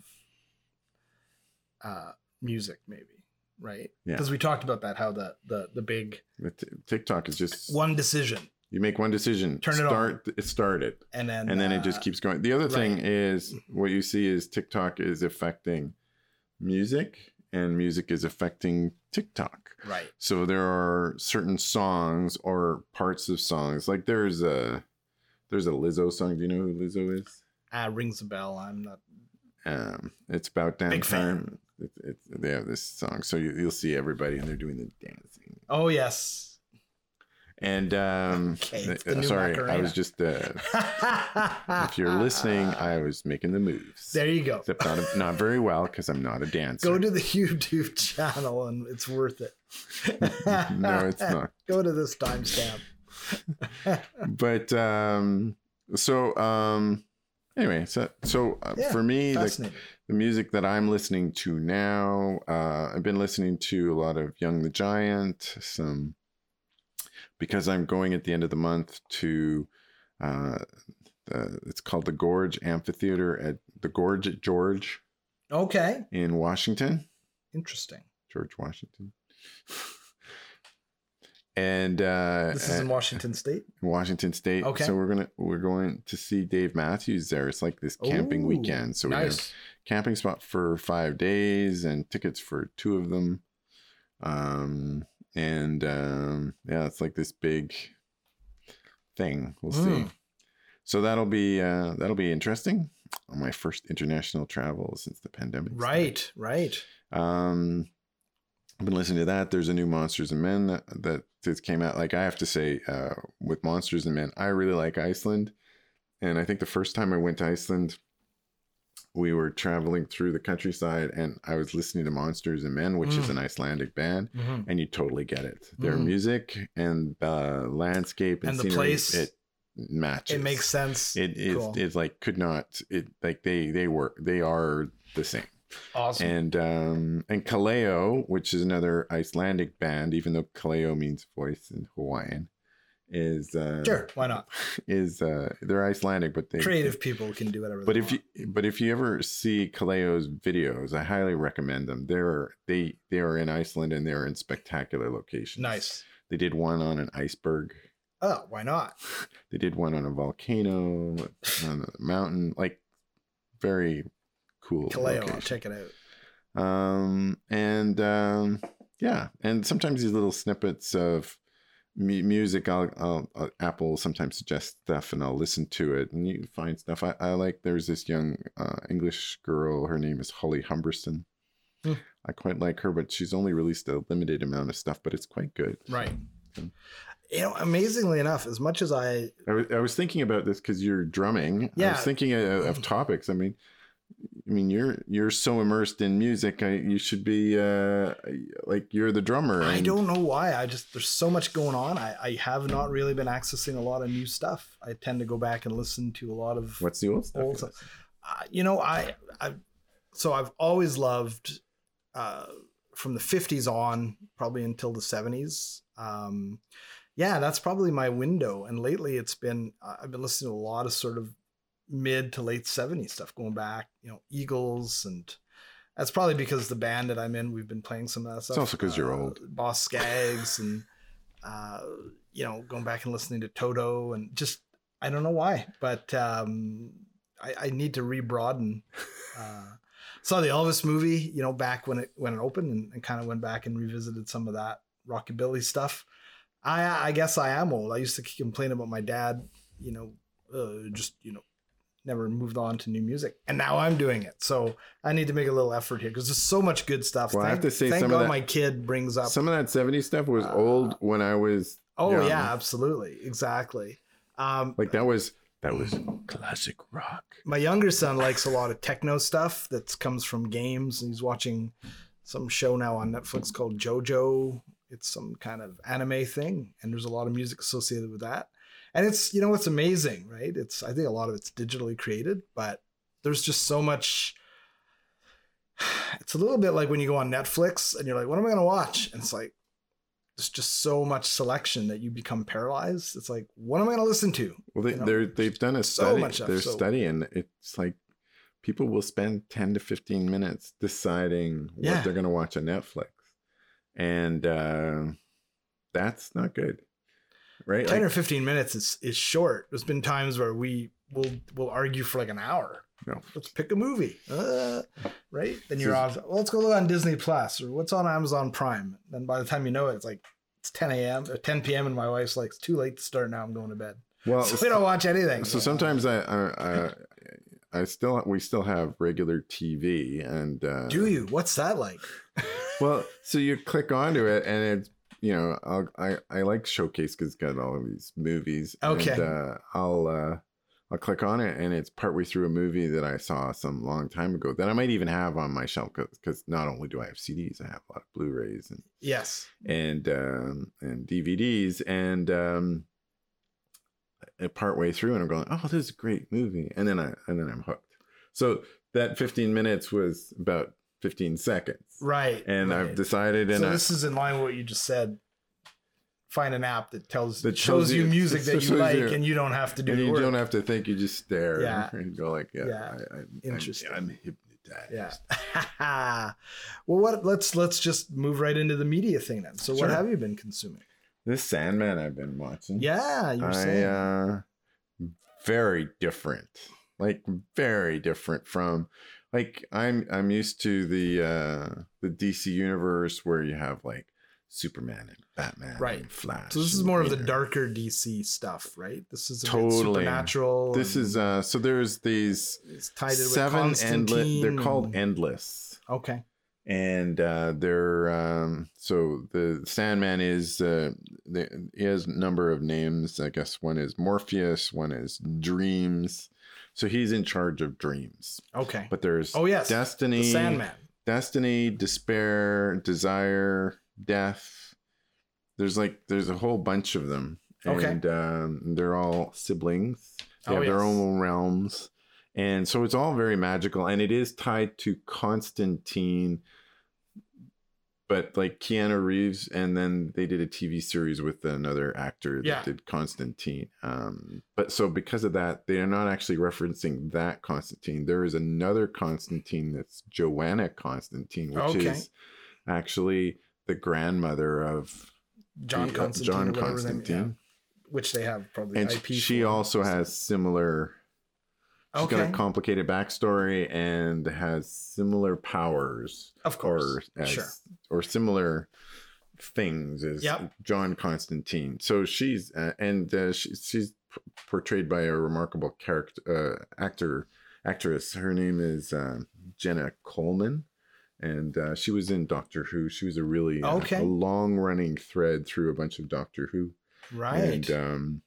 Speaker 1: uh, music, maybe. Right.
Speaker 2: Yeah.
Speaker 1: Because we talked about that, how the the the big
Speaker 2: The t- TikTok is just
Speaker 1: one decision,
Speaker 2: You make one decision.
Speaker 1: Turn it on.
Speaker 2: start, It started,
Speaker 1: and then
Speaker 2: and, then it
Speaker 1: uh,
Speaker 2: just keeps going. The other thing
Speaker 1: right.
Speaker 2: is what you see is TikTok is affecting music, and music is affecting TikTok.
Speaker 1: right.
Speaker 2: So there are certain songs or parts of songs. Like there's a there's a Lizzo song. Do you know who Lizzo is?
Speaker 1: Ah, rings a bell. I'm not.
Speaker 2: Um, it's about damn
Speaker 1: Big fan.
Speaker 2: time. It's it's they have this song, so you, you'll see everybody and they're doing the dancing.
Speaker 1: Oh yes.
Speaker 2: And um,
Speaker 1: Okay, it's the
Speaker 2: uh,
Speaker 1: new
Speaker 2: sorry, I
Speaker 1: Macarena.
Speaker 2: was just uh,
Speaker 1: if
Speaker 2: if you're listening, I was making the moves.
Speaker 1: there you go.
Speaker 2: Except not, not very well because I'm not a dancer.
Speaker 1: Go to the YouTube channel and it's worth it.
Speaker 2: no, it's not.
Speaker 1: Go to this timestamp.
Speaker 2: But um, so um, anyway, so so uh,
Speaker 1: Yeah,
Speaker 2: for me, the,
Speaker 1: Fascinating.
Speaker 2: the music that I'm listening to now, uh, I've been listening to a lot of Young the Giant, some because I'm going at the end of the month to. Uh, the, it's called the Gorge Amphitheater at the Gorge at George
Speaker 1: Okay.
Speaker 2: in Washington.
Speaker 1: Interesting.
Speaker 2: George Washington. and uh,
Speaker 1: This is in
Speaker 2: uh,
Speaker 1: Washington State.
Speaker 2: Washington State.
Speaker 1: Okay.
Speaker 2: So we're gonna we're going to see Dave Matthews there. It's like this camping
Speaker 1: Ooh,
Speaker 2: weekend. So we have
Speaker 1: nice.
Speaker 2: camping spot for five days and tickets for two of them. Um and um yeah, it's like this big thing. We'll
Speaker 1: Mm.
Speaker 2: see. So that'll be uh, that'll be interesting. My first international travel since the pandemic. started.
Speaker 1: Right, right.
Speaker 2: Um, I've been listening to that. There's a new Monsters and Men that, that just came out. Like I have to say, uh, with Monsters and Men, I really like Iceland, and I think the first time I went to Iceland, we were traveling through the countryside, and I was listening to Monsters and Men, which is
Speaker 1: Mm.
Speaker 2: an Icelandic band,
Speaker 1: Mm-hmm.
Speaker 2: and you totally get it. Their
Speaker 1: Mm.
Speaker 2: music and uh, landscape and,
Speaker 1: And the
Speaker 2: scenery,
Speaker 1: place.
Speaker 2: it matches.
Speaker 1: It makes sense.
Speaker 2: It is.
Speaker 1: Cool.
Speaker 2: It's like could not. It like they they were they are the same
Speaker 1: awesome.
Speaker 2: and um and kaleo which is another icelandic band even though kaleo means voice in hawaiian is uh
Speaker 1: sure, why not?
Speaker 2: is uh they're icelandic but they
Speaker 1: Creative people can do whatever.
Speaker 2: but
Speaker 1: they
Speaker 2: if you
Speaker 1: want.
Speaker 2: but if you ever see kaleo's videos i highly recommend them they're they they are in iceland and they're in spectacular locations
Speaker 1: nice.
Speaker 2: they did one on an iceberg
Speaker 1: Oh, why not?
Speaker 2: they did one on a volcano on a mountain like very cool
Speaker 1: Kaleo, I'll
Speaker 2: location.
Speaker 1: check it out.
Speaker 2: um and um yeah and sometimes these little snippets of mu- music I'll, I'll, I'll apple sometimes suggests stuff and i'll listen to it and you find stuff i, I like there's this young uh, english girl her name is holly humberson
Speaker 1: Hmm.
Speaker 2: i quite like her but she's only released a limited amount of stuff but it's quite good
Speaker 1: Right. You know, amazingly enough, as much as I
Speaker 2: I was, I was thinking about this because you're drumming. I
Speaker 1: Yeah. Mm-hmm.
Speaker 2: was thinking uh, of, of topics. I mean, I mean, you're you're so immersed in music. I, you should be uh, like you're the drummer.
Speaker 1: I
Speaker 2: and-
Speaker 1: don't know why. I just there's so much going on. I, I have not really been accessing a lot of new stuff. I tend to go back and listen to a lot of
Speaker 2: What's the old stuff?
Speaker 1: old stuff. Uh, you know, I I so I've always loved uh, from the '50s on, probably until the '70s. Um, yeah, that's probably my window. And lately, it's been I- I've been listening to a lot of sort of mid to late '70s stuff, going back. You know, Eagles and. That's probably because the band that I'm in, we've been playing some of that stuff. uh,
Speaker 2: also 'cause you're old.
Speaker 1: Boss Skaggs and, uh, you know, going back and listening to Toto and just, I don't know why, but um, I, I need to rebroaden. Uh, saw the Elvis movie, you know, back when it when it opened, and, and kind of went back and revisited some of that rockabilly stuff. I I guess I am old. I used to complain about my dad, you know, uh, just you know, never moved on to new music, and now I'm doing it. So I need to make a little effort here because there's so much good stuff.
Speaker 2: Well, I have to say
Speaker 1: thank
Speaker 2: some of
Speaker 1: God
Speaker 2: that-
Speaker 1: my kid brings up.
Speaker 2: Some of that '70s stuff was
Speaker 1: Uh,
Speaker 2: old when I was.
Speaker 1: oh
Speaker 2: young.
Speaker 1: yeah, absolutely, exactly. Um,
Speaker 2: Like that was that was classic rock.
Speaker 1: my younger son likes a lot of techno stuff that comes from games and he's watching some show now on netflix called jojo it's some kind of anime thing and there's a lot of music associated with that and it's you know it's amazing right it's i think a lot of it's digitally created but there's just so much it's a little bit like when you go on netflix and you're like what am i going to watch and it's like there's just so much selection that you become paralyzed it's like what am i going to listen to
Speaker 2: Well, they
Speaker 1: You know,
Speaker 2: they're, they've done a
Speaker 1: so
Speaker 2: study.
Speaker 1: much stuff,
Speaker 2: they're
Speaker 1: so-
Speaker 2: studying. It's like people will spend ten to fifteen minutes deciding
Speaker 1: Yeah.
Speaker 2: what they're going to watch on Netflix, and uh, that's not good, right?
Speaker 1: 10
Speaker 2: Like,
Speaker 1: or 15 minutes is, is short there's been times where we will will argue for like an hour
Speaker 2: No.
Speaker 1: let's pick a movie uh, right then you're
Speaker 2: This
Speaker 1: off well, let's go look on disney plus or what's on amazon prime then by the time you know it it's like it's 10 a.m or 10 p.m and my wife's like it's too late to start now i'm going to bed
Speaker 2: well,
Speaker 1: so we don't watch anything
Speaker 2: so sometimes I, I, I, I still we still have regular TV, and uh,
Speaker 1: do you what's that like
Speaker 2: well, so you click onto it, and it's you know I'll, I I like Showcase because it's got all of these movies.
Speaker 1: Okay.
Speaker 2: And, uh, I'll uh, I'll click on it, and it's partway through a movie that I saw some long time ago that I might even have on my shelf because not only do I have CDs, I have a lot of Blu-rays and
Speaker 1: yes
Speaker 2: and um, and DVDs, and um, uh, partway through, and I'm going, oh, this is a great movie, and then I and then I'm hooked. So that 15 minutes was about 15 seconds
Speaker 1: right
Speaker 2: and
Speaker 1: right.
Speaker 2: I've decided, and
Speaker 1: so
Speaker 2: I,
Speaker 1: this is in line with what you just said find an app that tells
Speaker 2: That
Speaker 1: shows
Speaker 2: tells
Speaker 1: you
Speaker 2: you-
Speaker 1: music that
Speaker 2: shows
Speaker 1: you like
Speaker 2: you-
Speaker 1: and you don't have to do
Speaker 2: and
Speaker 1: the
Speaker 2: you
Speaker 1: work.
Speaker 2: don't have to think. You just stare
Speaker 1: Yeah.
Speaker 2: and go like, yeah,
Speaker 1: Yeah.
Speaker 2: I, I,
Speaker 1: Interesting.
Speaker 2: I'm, I'm hypnotized.
Speaker 1: Yeah. well, what? Let's let's just move right into the media thing then. So,
Speaker 2: Sure.
Speaker 1: what have you been consuming?
Speaker 2: This Sandman I've been watching.
Speaker 1: Yeah, you were
Speaker 2: I
Speaker 1: saying.
Speaker 2: uh, very different, like very different from, like I'm I'm used to the uh the DC universe where you have like Superman and Batman,
Speaker 1: Right.
Speaker 2: And Flash.
Speaker 1: So this is
Speaker 2: and
Speaker 1: more of the
Speaker 2: Mirror.
Speaker 1: darker DC stuff, right? This is a bit
Speaker 2: Totally.
Speaker 1: supernatural.
Speaker 2: This
Speaker 1: and
Speaker 2: is uh. So there's these
Speaker 1: it's tied in with
Speaker 2: seven endless.
Speaker 1: Constantine
Speaker 2: They're called
Speaker 1: and-
Speaker 2: endless,
Speaker 1: okay.
Speaker 2: and uh, they're um. So the Sandman is uh. The, he has a number of names. I guess one is Morpheus. One is Dreams. So he's in charge of dreams.
Speaker 1: Okay.
Speaker 2: But there's
Speaker 1: oh yes,
Speaker 2: Destiny.
Speaker 1: the Sandman.
Speaker 2: destiny despair desire death there's like there's a whole bunch of them
Speaker 1: Okay.
Speaker 2: and um, they're all siblings they
Speaker 1: Oh,
Speaker 2: have their
Speaker 1: yes.
Speaker 2: own realms and so it's all very magical and it is tied to constantine but like keanu reeves and then they did a tv series with another actor that
Speaker 1: Yeah.
Speaker 2: did constantine um, but so because of that they're not actually referencing that constantine there is another constantine that's joanna constantine which
Speaker 1: Okay.
Speaker 2: is actually the grandmother of
Speaker 1: John
Speaker 2: the- uh,
Speaker 1: Constantine.
Speaker 2: John
Speaker 1: or whatever they- yeah,
Speaker 2: Constantine.
Speaker 1: which they have probably
Speaker 2: and
Speaker 1: IP.
Speaker 2: she
Speaker 1: for.
Speaker 2: also has similar She's
Speaker 1: okay.
Speaker 2: got a complicated backstory and has similar powers
Speaker 1: of
Speaker 2: or
Speaker 1: course.
Speaker 2: as,
Speaker 1: Sure.
Speaker 2: or similar things as
Speaker 1: Yep.
Speaker 2: John Constantine. So she's uh, and uh, she, she's p- portrayed by a remarkable character uh, actor actress. Her name is uh, Jenna Coleman. And uh, she was in Doctor Who. She was a really uh,
Speaker 1: Okay.
Speaker 2: a long running thread through a bunch of Doctor Who
Speaker 1: Right.
Speaker 2: and um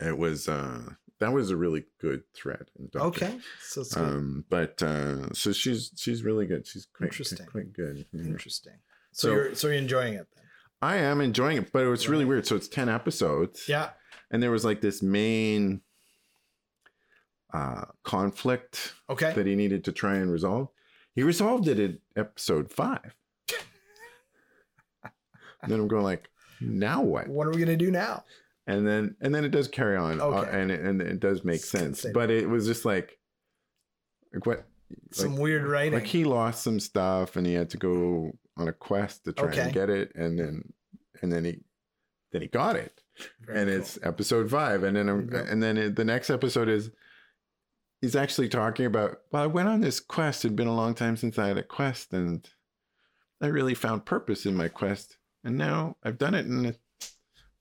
Speaker 2: it was uh that was a really good thread in Doctor
Speaker 1: okay. So it's
Speaker 2: Who. um but uh so she's she's really good she's quite
Speaker 1: Interesting.
Speaker 2: interesting quite good Mhm.
Speaker 1: interesting. So,
Speaker 2: so-
Speaker 1: you're so you're enjoying it then.
Speaker 2: i am enjoying it but it was really
Speaker 1: Right.
Speaker 2: weird so it's 10 episodes
Speaker 1: Yeah.
Speaker 2: and there was like this main uh conflict
Speaker 1: Okay.
Speaker 2: that he needed to try and resolve he resolved it in episode five And then i'm going like now what
Speaker 1: what are we gonna do now?
Speaker 2: and then and then it does carry on uh,
Speaker 1: Okay.
Speaker 2: and it, and it does make sense
Speaker 1: Stay-
Speaker 2: but it was just like like what
Speaker 1: Some weird writing.
Speaker 2: like he lost some stuff and he had to go on a quest to try
Speaker 1: Okay.
Speaker 2: and get it and then and then he then he got it
Speaker 1: Very
Speaker 2: and
Speaker 1: cool.
Speaker 2: it's episode 5 and then I'm,
Speaker 1: There you go.
Speaker 2: and then it, the next episode is he's actually talking about well I went on this quest it'd been a long time since I had a quest and I really found purpose in my quest and now I've done it and it's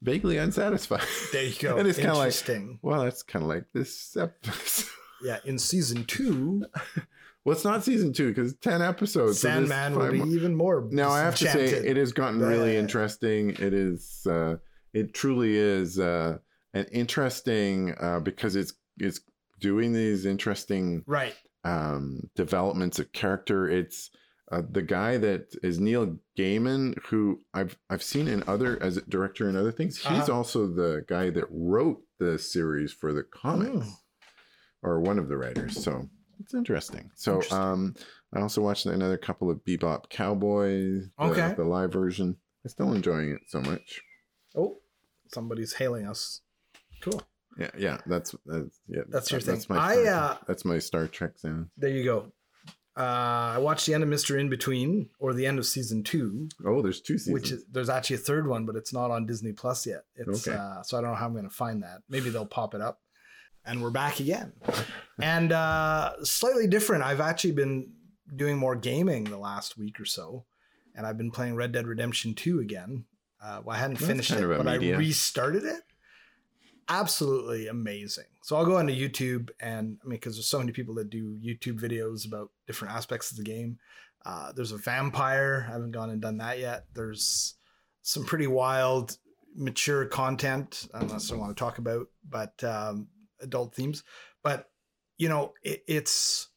Speaker 2: vaguely unsatisfied
Speaker 1: there you go.
Speaker 2: and it's kind of like
Speaker 1: Interesting.
Speaker 2: well, that's kind of like this episode.
Speaker 1: yeah. In season two,
Speaker 2: well, it's not season two because ten episodes. Oh, so there's
Speaker 1: Sandman will
Speaker 2: five
Speaker 1: be
Speaker 2: more.
Speaker 1: even more.
Speaker 2: Now I have to say,
Speaker 1: disenchanted.
Speaker 2: it has gotten really
Speaker 1: Yeah.
Speaker 2: interesting. It is, uh, it truly is uh, an interesting uh, because it's it's doing these interesting
Speaker 1: right.
Speaker 2: um, developments of character. It's uh, the guy that is Neil Gaiman, who I've I've seen in other as a director and other things. He's
Speaker 1: Uh-huh.
Speaker 2: also the guy that wrote the series for the comics,
Speaker 1: Mm.
Speaker 2: or one of the writers. So it's interesting. So
Speaker 1: Interesting.
Speaker 2: um, I also watched another couple of Bebop Cowboys, the,
Speaker 1: Okay.
Speaker 2: the live version. I'm still enjoying it so much.
Speaker 1: Oh, somebody's hailing us. Cool.
Speaker 2: Yeah, yeah, that's that's yeah,
Speaker 1: That's your
Speaker 2: that's
Speaker 1: thing.
Speaker 2: My
Speaker 1: I,
Speaker 2: Star,
Speaker 1: uh,
Speaker 2: that's my Star Trek sound.
Speaker 1: There you go. Uh, I watched the end of Mister In Between or the end of season two,
Speaker 2: Oh, there's two seasons.
Speaker 1: which is there's actually a third one, but it's not on Disney Plus yet. It's
Speaker 2: Okay.
Speaker 1: uh, so I don't know how I'm going to find that. Maybe they'll pop it up, and we're back again, and uh, slightly different. I've actually been doing more gaming the last week or so, and I've been playing Red Dead Redemption Two again. Uh, well, I hadn't
Speaker 2: That's
Speaker 1: finished
Speaker 2: kind
Speaker 1: it,
Speaker 2: of a
Speaker 1: but I
Speaker 2: media.
Speaker 1: restarted it. Absolutely amazing. So I'll go onto YouTube, and I mean, because there's so many people that do YouTube videos about different aspects of the game. Uh, there's a vampire. I haven't gone and done that yet. There's some pretty wild, mature content, unless I want to talk about, but um, adult themes. But you know, it, it's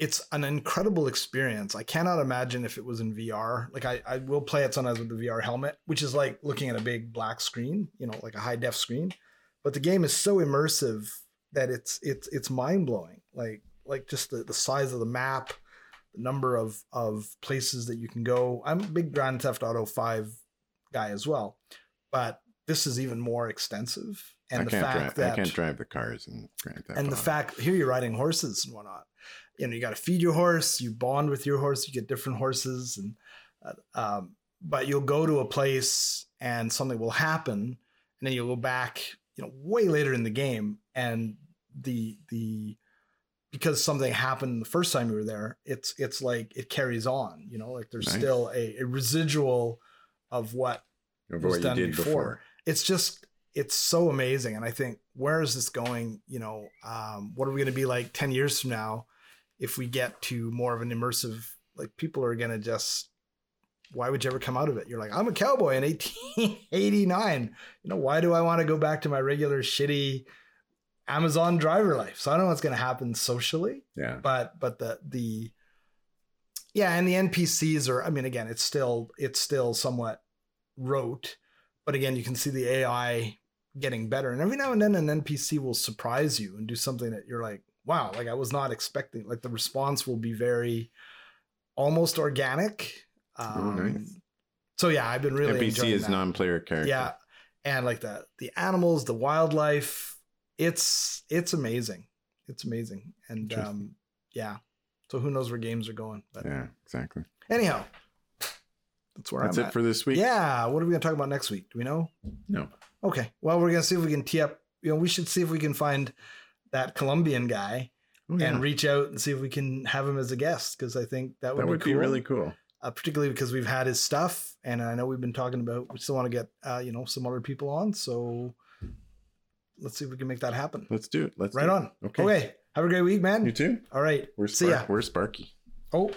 Speaker 1: it's an incredible experience. I cannot imagine if it was in VR. Like I, I will play it sometimes with the VR helmet, which is like looking at a big black screen, you know, like a high def screen. But the game is so immersive that it's it's it's mind blowing. Like like just the, the size of the map, the number of of places that you can go. I'm a big Grand Theft Auto Five guy as well, but this is even more extensive. And
Speaker 2: I
Speaker 1: the
Speaker 2: can't
Speaker 1: fact
Speaker 2: drive.
Speaker 1: that
Speaker 2: I can't drive the cars and Grand Theft
Speaker 1: and the
Speaker 2: Auto.
Speaker 1: fact here you're riding horses and whatnot you know you got to feed your horse you bond with your horse you get different horses and uh, um, but you'll go to a place and something will happen and then you'll go back you know way later in the game and the the because something happened the first time you were there, it's it's like it carries on, you know, like there's
Speaker 2: Nice.
Speaker 1: still a, a residual of what
Speaker 2: Of
Speaker 1: was
Speaker 2: what you
Speaker 1: done
Speaker 2: did
Speaker 1: before.
Speaker 2: before.
Speaker 1: It's just it's so amazing, and I think where is this going? You know, um, what are we going to be like ten years from now if we get to more of an immersive? Like people are going to just why would you ever come out of it? You're like I'm a cowboy in 1889. You know why do I want to go back to my regular shitty Amazon driver life? So I don't know what's going to happen socially
Speaker 2: Yeah.
Speaker 1: but but the the yeah and the npcs are i mean again it's still it's still somewhat rote but again you can see the ai getting better and every now and then an npc will surprise you and do something that you're like wow like i was not expecting like the response will be very almost organic um,
Speaker 2: Oh, nice.
Speaker 1: so yeah i've been really
Speaker 2: NPC
Speaker 1: enjoying
Speaker 2: is
Speaker 1: that.
Speaker 2: non-player character.
Speaker 1: yeah and like the the animals the wildlife it's it's amazing it's amazing and
Speaker 2: Interesting.
Speaker 1: um yeah so who knows where games are going but
Speaker 2: Yeah. Exactly.
Speaker 1: anyhow that's where
Speaker 2: That's
Speaker 1: i'm
Speaker 2: it
Speaker 1: at
Speaker 2: for this week.
Speaker 1: yeah what are we gonna talk about next week do we know
Speaker 2: No.
Speaker 1: okay well we're gonna see if we can tee up you know we should see if we can find that colombian guy
Speaker 2: Oh, yeah.
Speaker 1: and reach out and see if we can have him as a guest because i think that would,
Speaker 2: that would
Speaker 1: be,
Speaker 2: be
Speaker 1: cool
Speaker 2: really cool.
Speaker 1: uh, particularly because we've had his stuff, and I know we've been talking about we still want to get uh, you know some other people on. So let's see if we can make that happen.
Speaker 2: Let's do it. Let's
Speaker 1: Right
Speaker 2: do it.
Speaker 1: on. Okay.
Speaker 2: Okay.
Speaker 1: Have a great week, man.
Speaker 2: You too.
Speaker 1: All right.
Speaker 2: We're
Speaker 1: See ya.
Speaker 2: spark- we're Sparky.
Speaker 1: Oh,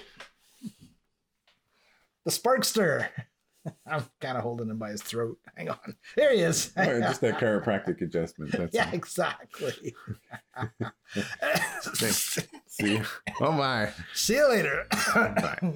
Speaker 1: the Sparkster. I'm kind of holding him by his throat. Hang on. There he is.
Speaker 2: Oh, just that chiropractic adjustment. That's
Speaker 1: yeah,
Speaker 2: all.
Speaker 1: exactly.
Speaker 2: Thanks. See. ya. Oh my.
Speaker 1: See you later.
Speaker 2: Bye.